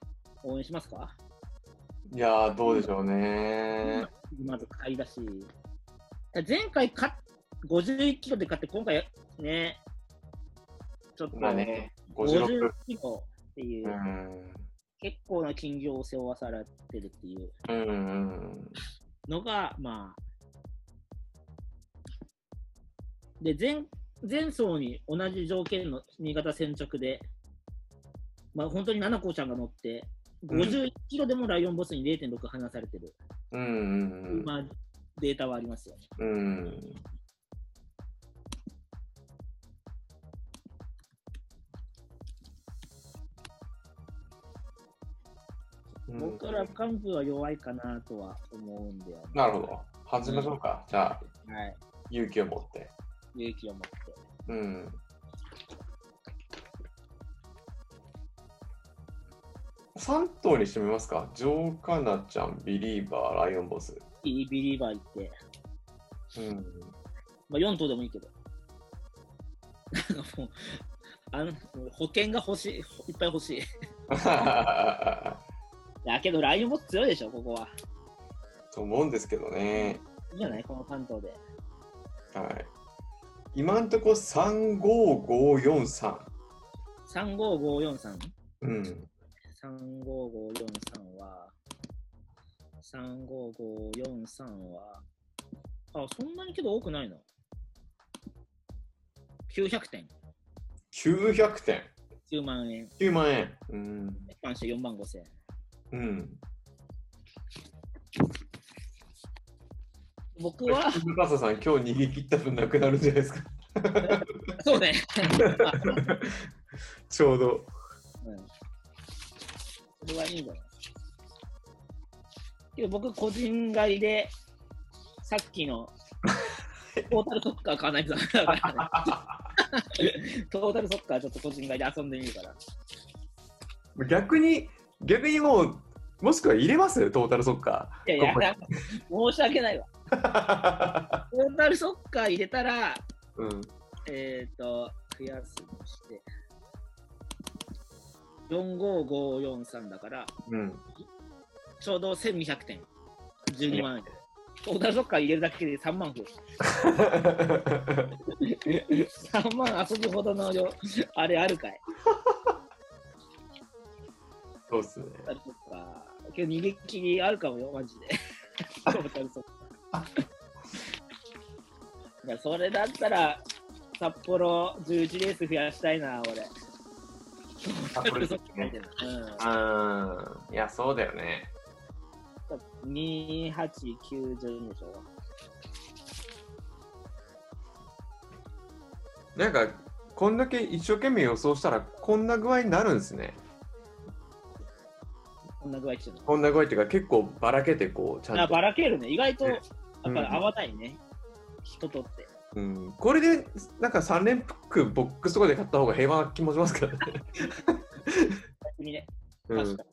S2: 応援しますか
S1: いやー、どうでしょうね。
S2: まず買いだし、前回勝っ51キロで勝って、今回ね、ちょっと、
S1: まあね、
S2: 56
S1: 56。
S2: キロっていう、
S1: うん。
S2: 結構な金魚を背負わされてるっていう
S1: うんうん。
S2: のが、まあ、で、前、前走に同じ条件の新潟先着で、まあ本当に七子ちゃんが乗って、
S1: うん
S2: 51キロでもライオンボスに0.6離されてる、
S1: うんうん
S2: まあデータはありますよ。
S1: うん。うん。うん
S2: 僕はラブカンプは弱いかなとは思うんだよ、
S1: なるほど。始めましょうか。じゃあ、
S2: ど。はい。
S1: 勇気を持って。
S2: 勇気を持って。
S1: うん。3頭にしてみますか。ジョーカナちゃん、ビリーバー、ライオンボス。
S2: いいビリーバー行って、
S1: うん。 (laughs)
S2: まあ4頭でもいいけど。なんかもう、あの保険が欲しい、いっぱい欲しい。だけど、ライオンボス強いでしょ、ここは。
S1: と思うんですけどね。
S2: いいじゃない、この関東で。
S1: はい。今んとこ35543。
S2: 35543?35543
S1: うん。
S2: は、 35543は、あ、そんなにけど多くないな。900点。
S1: 900点。
S2: 9万円。
S1: 9万円。うん。
S2: 一般して4万5千円。
S1: うん。
S2: 僕
S1: これ
S2: は、
S1: ブカサさん、今日逃げ切った分なくなるんじゃないですか。 (laughs)
S2: そうね。あ
S1: ちょうど。
S2: うんそれはいいんだろうけど僕個人買いでさっきのトータルソッカー買わないとダメだからね (laughs) トータルソッカーちょっと個人買いで遊んでみるから
S1: 逆に、逆にもう、もしくは入れますトータルソッカ
S2: いやいや
S1: ここ
S2: なんか申し訳ないわ
S1: (laughs) ー。
S2: トータルソッカー入れたら
S1: うん。
S2: えっ、ー、と増やすとして45543だから
S1: うん。 (laughs)
S2: ちょうど1200点12万円トータルソッカー入れるだけで3万増える3万遊ぶほどの量、あれあるかい。
S1: そうっすね。
S2: あるか。けど逃げ切りあるかもよ、マジで。トータルそっかいやそれだったら、札幌11レース増やしたいな、俺。
S1: あ、これですね。うん。いや、そうだよね。
S2: うん。2、8、9、12でしょ。
S1: なんか、こんだけ一生懸命予想したら、こんな具合になるんですね。
S2: こんな具合っていうの。
S1: こんな具合っていうか、結構ばらけて、こう、ちゃんと。
S2: あ、ばらけるね。意外と、やっ
S1: ね
S2: ぱり合わないね。人とって。
S1: うん、これで、なんか3連服ボックスとかで買った方が平和な気もしま
S2: (laughs)
S1: すからね。
S2: 逆にね。
S1: う
S2: 確
S1: ん
S2: かに。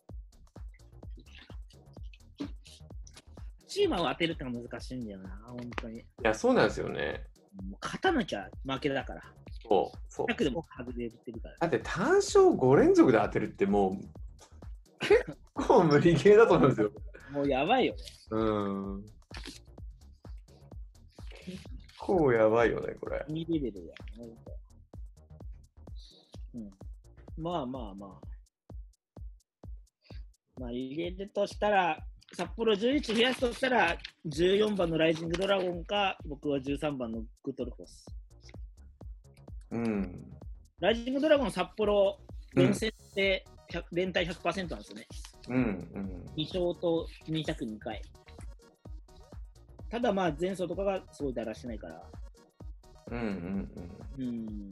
S2: チーマを当てるってのが難しいんだよな、本当に。
S1: いや、そうなんですよね。
S2: もう勝たなきゃ負けだから。
S1: そう。そう
S2: 100でも外れてるから。
S1: だって、単勝5連続で当てるって、もう、結構無理ゲーだと思うんですよ。
S2: もうやばいよね。
S1: うん。結構やばいよね、これ。
S2: 2レベルだよ、本当うん。まあまあまあ。まあ入れるとしたら、札幌11増やすとしたら、14番のライジングドラゴンか、僕は13番のグトルフォス。
S1: うん。
S2: ライジングドラゴン札幌、連戦で100連帯100%なんですよね。
S1: うん。うん。
S2: 2勝と2着2回。ただまあ前走とかがすごいだらしてないから。
S1: うん。うん。
S2: うん。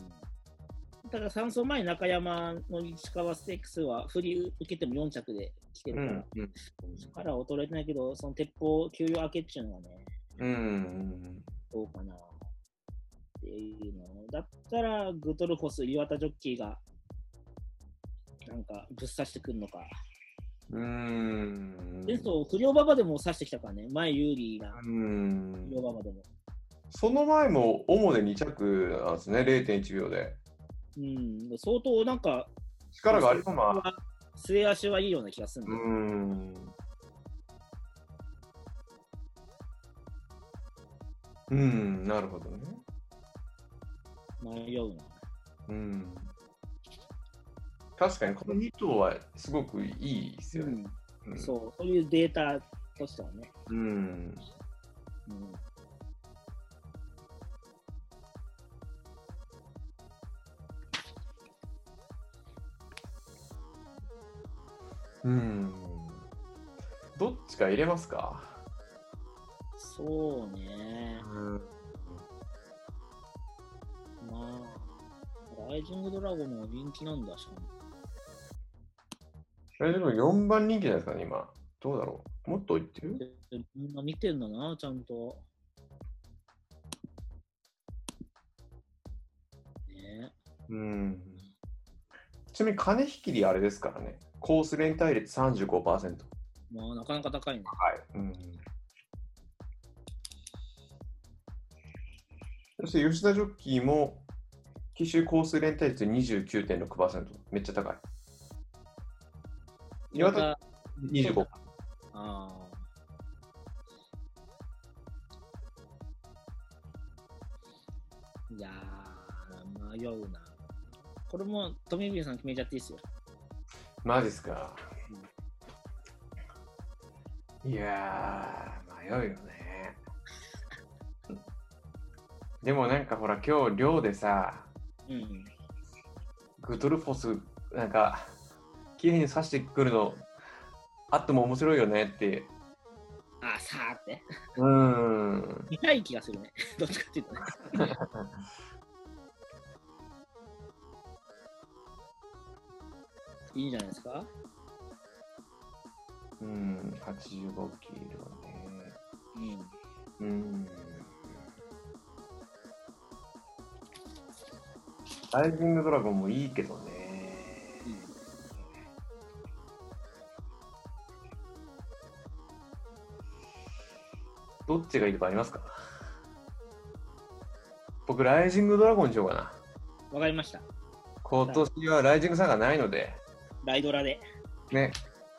S2: ただ3走前中山の市川ステークスは振り受けても4着で来て
S1: う
S2: るから
S1: ん。。うん。
S2: 力は衰えてないけど、その鉄砲給与明けっていうのはね、
S1: うん。
S2: どうかな。っていうの。だったらグトルフォス、岩田ジョッキーが、なんかぶっ刺してくるのか。
S1: うん。
S2: 前走不良馬場でも刺してきたからね、前有利な
S1: うん
S2: 不良馬場でも。
S1: その前も、主で2着なんですね、0.1秒で。
S2: うん、相当なんか、
S1: 力がありそうな。
S2: 末足はいいような気がするん
S1: う
S2: だ
S1: ー
S2: よ、
S1: ん。うーん、なるほどね。
S2: 迷うな。
S1: うん。確かにこの2頭はすごくいいですよね。
S2: う
S1: うん
S2: ん、そう、そういうデータとしてはね。
S1: うん。
S2: うん
S1: うん。どっちか入れますか
S2: そうね。
S1: うん。
S2: まあ、ライジングドラゴンも人気なんだし、
S1: えでも4番人気じゃないですかね、今。どうだろうもっといってる
S2: みんな見てんだな、ちゃんと。ね
S1: うん。ちなみに金引きりあれですからね。コース連帯率35%。
S2: まあ、なかなか高いね。
S1: はい。うん。そして吉田ジョッキーも、奇襲コース連帯率29.6%。めっちゃ高い。岩田
S2: また
S1: 25%。
S2: ああ。いやー、迷うな。これも、トミービンさん決めちゃっていいっすよ。
S1: マジっすか。いやー、迷うよね。でもなんかほら、今日寮でさ、
S2: うん。
S1: グドルフォス、なんか、綺麗に刺してくるの、あっても面白いよねって。
S2: あ、さーって。 (laughs)
S1: うーん。
S2: 見たい気がするね。 (laughs) どっちかっていうとね。いいんじゃないですか
S1: うん、85キロね。
S2: うん。
S1: うん。ライジングドラゴンもいいけどね。どっちがいいとかありますか僕、ライジングドラゴンにしようかな。
S2: わかりました。
S1: 今年はライジングさんがないので、
S2: ライドラで。
S1: ね、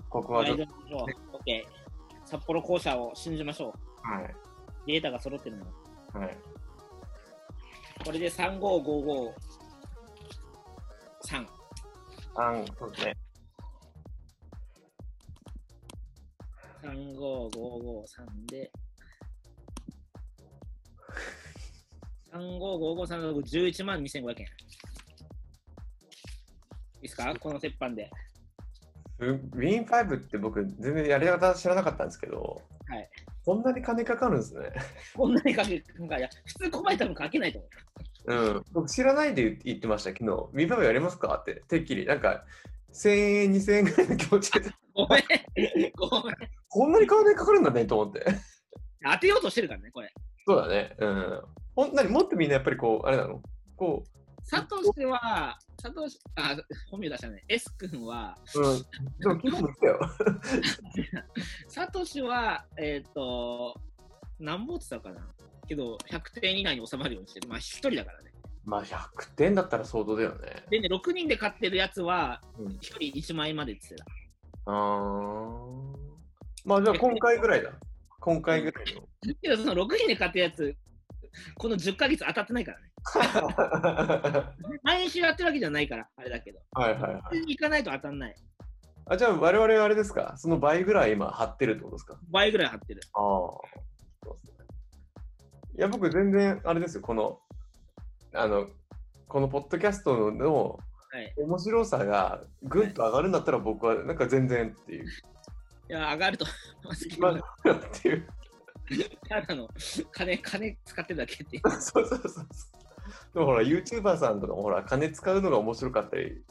S1: ここは
S2: ラ
S1: ちょ
S2: イ
S1: っと、
S2: ドラでしょう。オッケー。札幌校舎を信じましょう。
S1: はい。
S2: データが揃ってるもん。
S1: はい、
S2: これで35553。
S1: あん、そうですね。
S2: 35553で。35553の11万2500円。いいですかこの折半で。
S1: ウウィン5って僕、全然やり方知らなかったんですけど、
S2: はい
S1: こんなに金かかるんですね。
S2: こんなにかけなんかいや、普通、コマイ多分かけないと思
S1: うん、僕知らないで言ってました、昨日。ウィンファブやりますかって、てっきり。なんか、1000円、2000円ぐらいの気持ちで、 (laughs)
S2: う。ごめん、ごめん。
S1: こんなに金かかるんだねと思って。
S2: 当てようとしてるからね、これ。
S1: そうだね。うん。ほんなにもっとみんなやっぱりこう、あれなのこ
S2: 佐藤氏は、佐藤氏、あ、本名出したね。S 君は、
S1: う、うん。でも昨日も来たよ。
S2: 佐藤氏は、えっ、と、なんぼって言ったかな。けど、100点以内に収まるようにしてる。まあ、一人だからね。
S1: (laughs) まあ100点だったら相当だよね。
S2: でね、6人で買ってるやつは、
S1: うん
S2: 一人1万円までって言ってた。
S1: あー。まあじゃあ今回ぐらいだ。今回ぐらい (laughs) の。
S2: けど、その6人で買ってるやつ、この10ヶ月当たってないからね。毎週やってるわけじゃないから、あれだけど。
S1: はいはいはい。
S2: 普通に行かないと当たんない。
S1: あじゃあ我々はあれですかその倍ぐらい今張ってるってことですか
S2: 倍ぐらい貼ってる。
S1: ああ。そうですねいや、僕、全然、あれですよ、この、あの、このポッドキャストの
S2: はい
S1: 面白さがぐんと上がるんだったら、僕は、なんか全然っていう、
S2: いや、上がると思いますけ
S1: 今
S2: ど
S1: の。っていう、
S2: ただの金、金使ってるだけっていう。
S1: そうそうそうそう。でもほら、YouTuber さんとかもほら、金使うのが面白かったり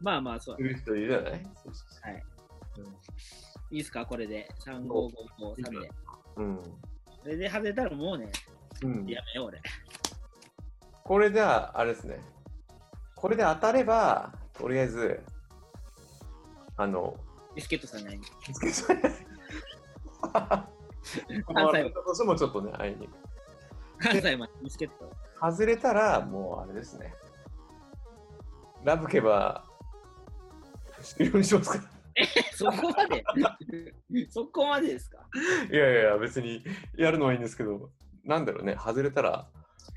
S2: まあまあ、そう
S1: す。る人いるじゃないそうそう
S2: はい
S1: そう
S2: いいですか、これで。35553で。
S1: うん。
S2: これで外れたらもうね、
S1: うん。
S2: やめよう、俺。
S1: これじゃあ、あれですね。これで当たれば、とりあえず、あの、
S2: ビスケットさんに会いに。
S1: つけちゃう。
S2: 関
S1: (laughs)
S2: 西は
S1: 私もちょっとね、あいに。
S2: 関西までビスケット。
S1: 外れたら、もうあれですね。ラブケバー、終了にしますか
S2: そこまで (laughs) そこまでですか
S1: いやいやいや、別にやるのはいいんですけど、なんだろうね、外れたら、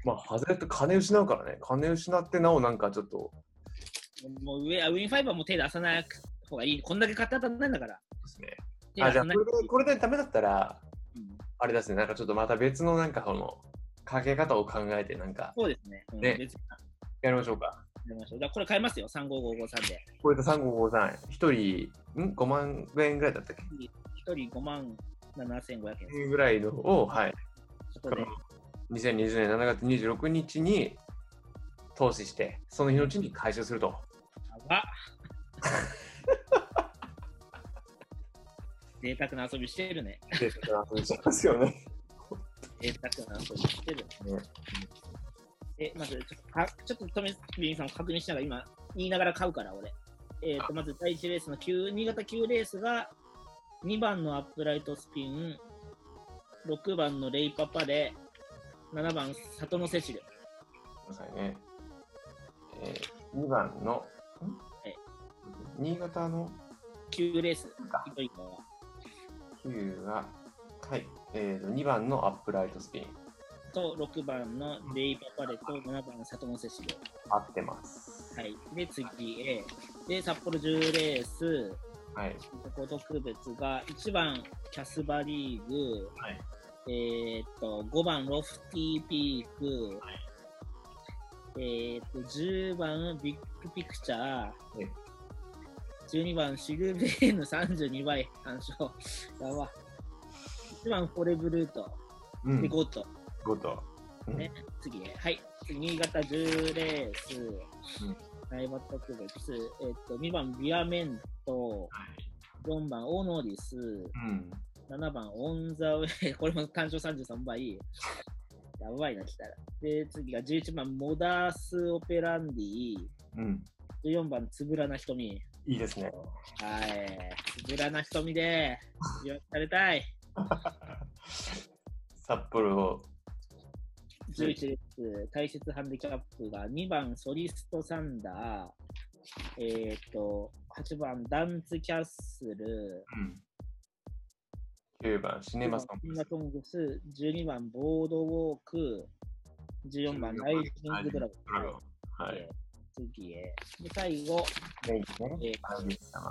S1: まあ、外れて金失うからね、金失ってなおなんかちょっと、
S2: もう上、あウィンファイバーも手出さない方がいい。こんだけ買って当たんないんだから。
S1: ですね。
S2: 手
S1: あ、
S2: 出
S1: じ
S2: さ
S1: ゃあ
S2: ない。
S1: これで、これでダメだったら、
S2: うん
S1: あれですね、なんかちょっとまた別のなんかこの、かけ方を考えて、なんか、
S2: そうですね。うん、
S1: ね
S2: 別に
S1: やりましょうか。
S2: やりましょう。だからこれ買いますよ、35553で。
S1: これで3553、1人、ん ?5 万円ぐらいだったっけ
S2: 1人5万7500円です。
S1: ぐらいのを、はい、
S2: ことで、
S1: 2020年7月26日に投資して、その日のうちに回収する (laughs) と。
S2: あ (laughs) 贅沢な遊びしてるね。
S1: で、その後にしますよね。
S2: 贅沢な遊びしてる。え、まずちょっとか、ちょっとトミリンさんを確認しながら、今、言いながら買うから、俺。えっ、と、まず第1レースの9、新潟9レースが、2番のアップライトスピン、6番のレイパパで、7番、里のセシル。
S1: ごめんなさいね。えー、2番の、ん
S2: え
S1: 新潟の
S2: 9レース、
S1: か
S2: 糸井君は。
S1: 9が、はい、えーと、2番のアップライトスピン、
S2: と、6番のレイパパレと、7番、里のセシル。
S1: 合ってます。
S2: はい。で、次、A。で、札幌10レース、
S1: はい。
S2: 孤独別が1番キャスバリーグ、
S1: はい
S2: えーっと5番ロフティーピーク、
S1: は
S2: えーっと10番ビッグピクチャー、
S1: い
S2: 12番シグベーヌ32倍反勝 (laughs) やば1番フォレブルート
S1: う
S2: で
S1: ん。
S2: ゴッド、
S1: ごと。
S2: 次ねはい次新潟10レース、内場特別、えーっと2番ビアメント
S1: はい。
S2: 4番オノリス、
S1: うん。
S2: 7番、オン・ザ・ウェイ。 (laughs) これも単勝33倍。やばいな、来たら。で、次が11番、モダース・オペランディ。
S1: うん。
S2: 14番、つぶらな瞳。
S1: いいですね。
S2: はい。つぶらな瞳で、利用されたい。
S1: 札幌を。
S2: 11です。大切ハンディキャップが2番、ソリスト・サンダー。えっ、と、8番、ダンツ・キャッスル。
S1: うん。9番、シネマソン
S2: シネ
S1: グ
S2: マ
S1: ス。
S2: ソングス。12番、ボードウォーク。14番、ライジング・ドラゴン。
S1: はい。
S2: 次へ。で、最後
S1: メインね
S2: え。
S1: アンビス様。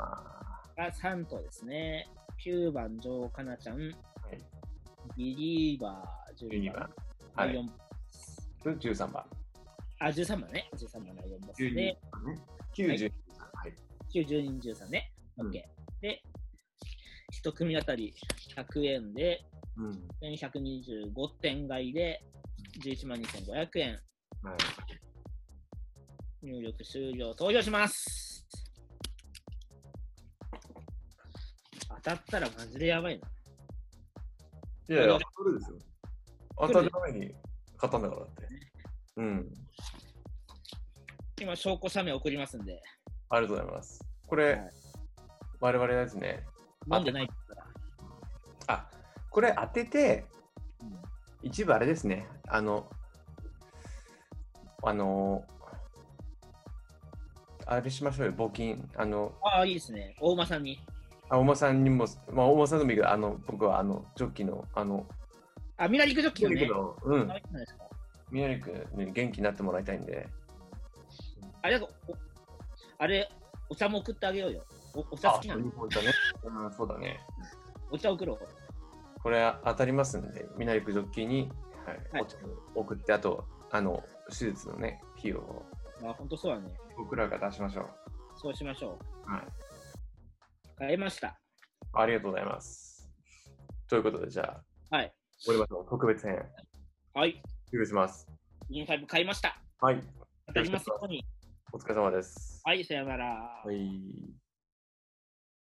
S2: が3頭ですね。9番、ジョー・カナちゃん。
S1: はい。
S2: ビリーバー、
S1: 12
S2: 12番。。
S1: 番はい
S2: ライオン
S1: 13番。
S2: あ、13番ね。13番、ライオンボス
S1: 12
S2: で、
S1: 番ね。90。はい。
S2: 9、12、13ね。
S1: うん
S2: OK。で、1組あたり100円で、
S1: うん。
S2: 1125点買いで、11万2500円。
S1: はい。
S2: 入力終了、投票します。当たったらマジでやばいな。
S1: いやいや、当たるですよ。当たるために買ったんだからだって。うん。
S2: 今、証拠者名送りますんで、
S1: ありがとうございます。これ、
S2: はい
S1: 我々のやつね。
S2: 飲んでないから。
S1: あ、これ当てて、
S2: うん
S1: 一部あれですね。あの、あの、あれしましょうよ、募金。あの、
S2: ああ、いいですね。大間さんに。
S1: あおまさんにも、まあ、おまさんでもいいけど、あの、僕は、あの、ジョッキーの、あの、
S2: あ、ミラリクジョッキーね。
S1: の、うん
S2: あ、いいじゃないですか
S1: みなりくんに元気になってもらいたいんで、
S2: あれ、なんかおあれ、お茶も送ってあげようよ。おお茶好きな
S1: そうい
S2: の
S1: うことだね。うん、そうだね。
S2: お茶送ろう。
S1: これ当たりますんで、みなりくジョッキーに、は、
S2: はいい
S1: お茶を送って、あと、あの、手術のね、費用を
S2: まあ、ほんとそうだね。
S1: 僕らが出しましょう。
S2: そうしましょ
S1: はい。
S2: う。買えました。
S1: ありがとうございます。ということで、じゃあ、
S2: はい。
S1: 終わりましょう。特別編、
S2: はい。
S1: 許します。
S2: インファイブ買いました。
S1: はい。
S2: 当たりますように。
S1: お疲れ様です。
S2: はい、さよなら。
S1: はい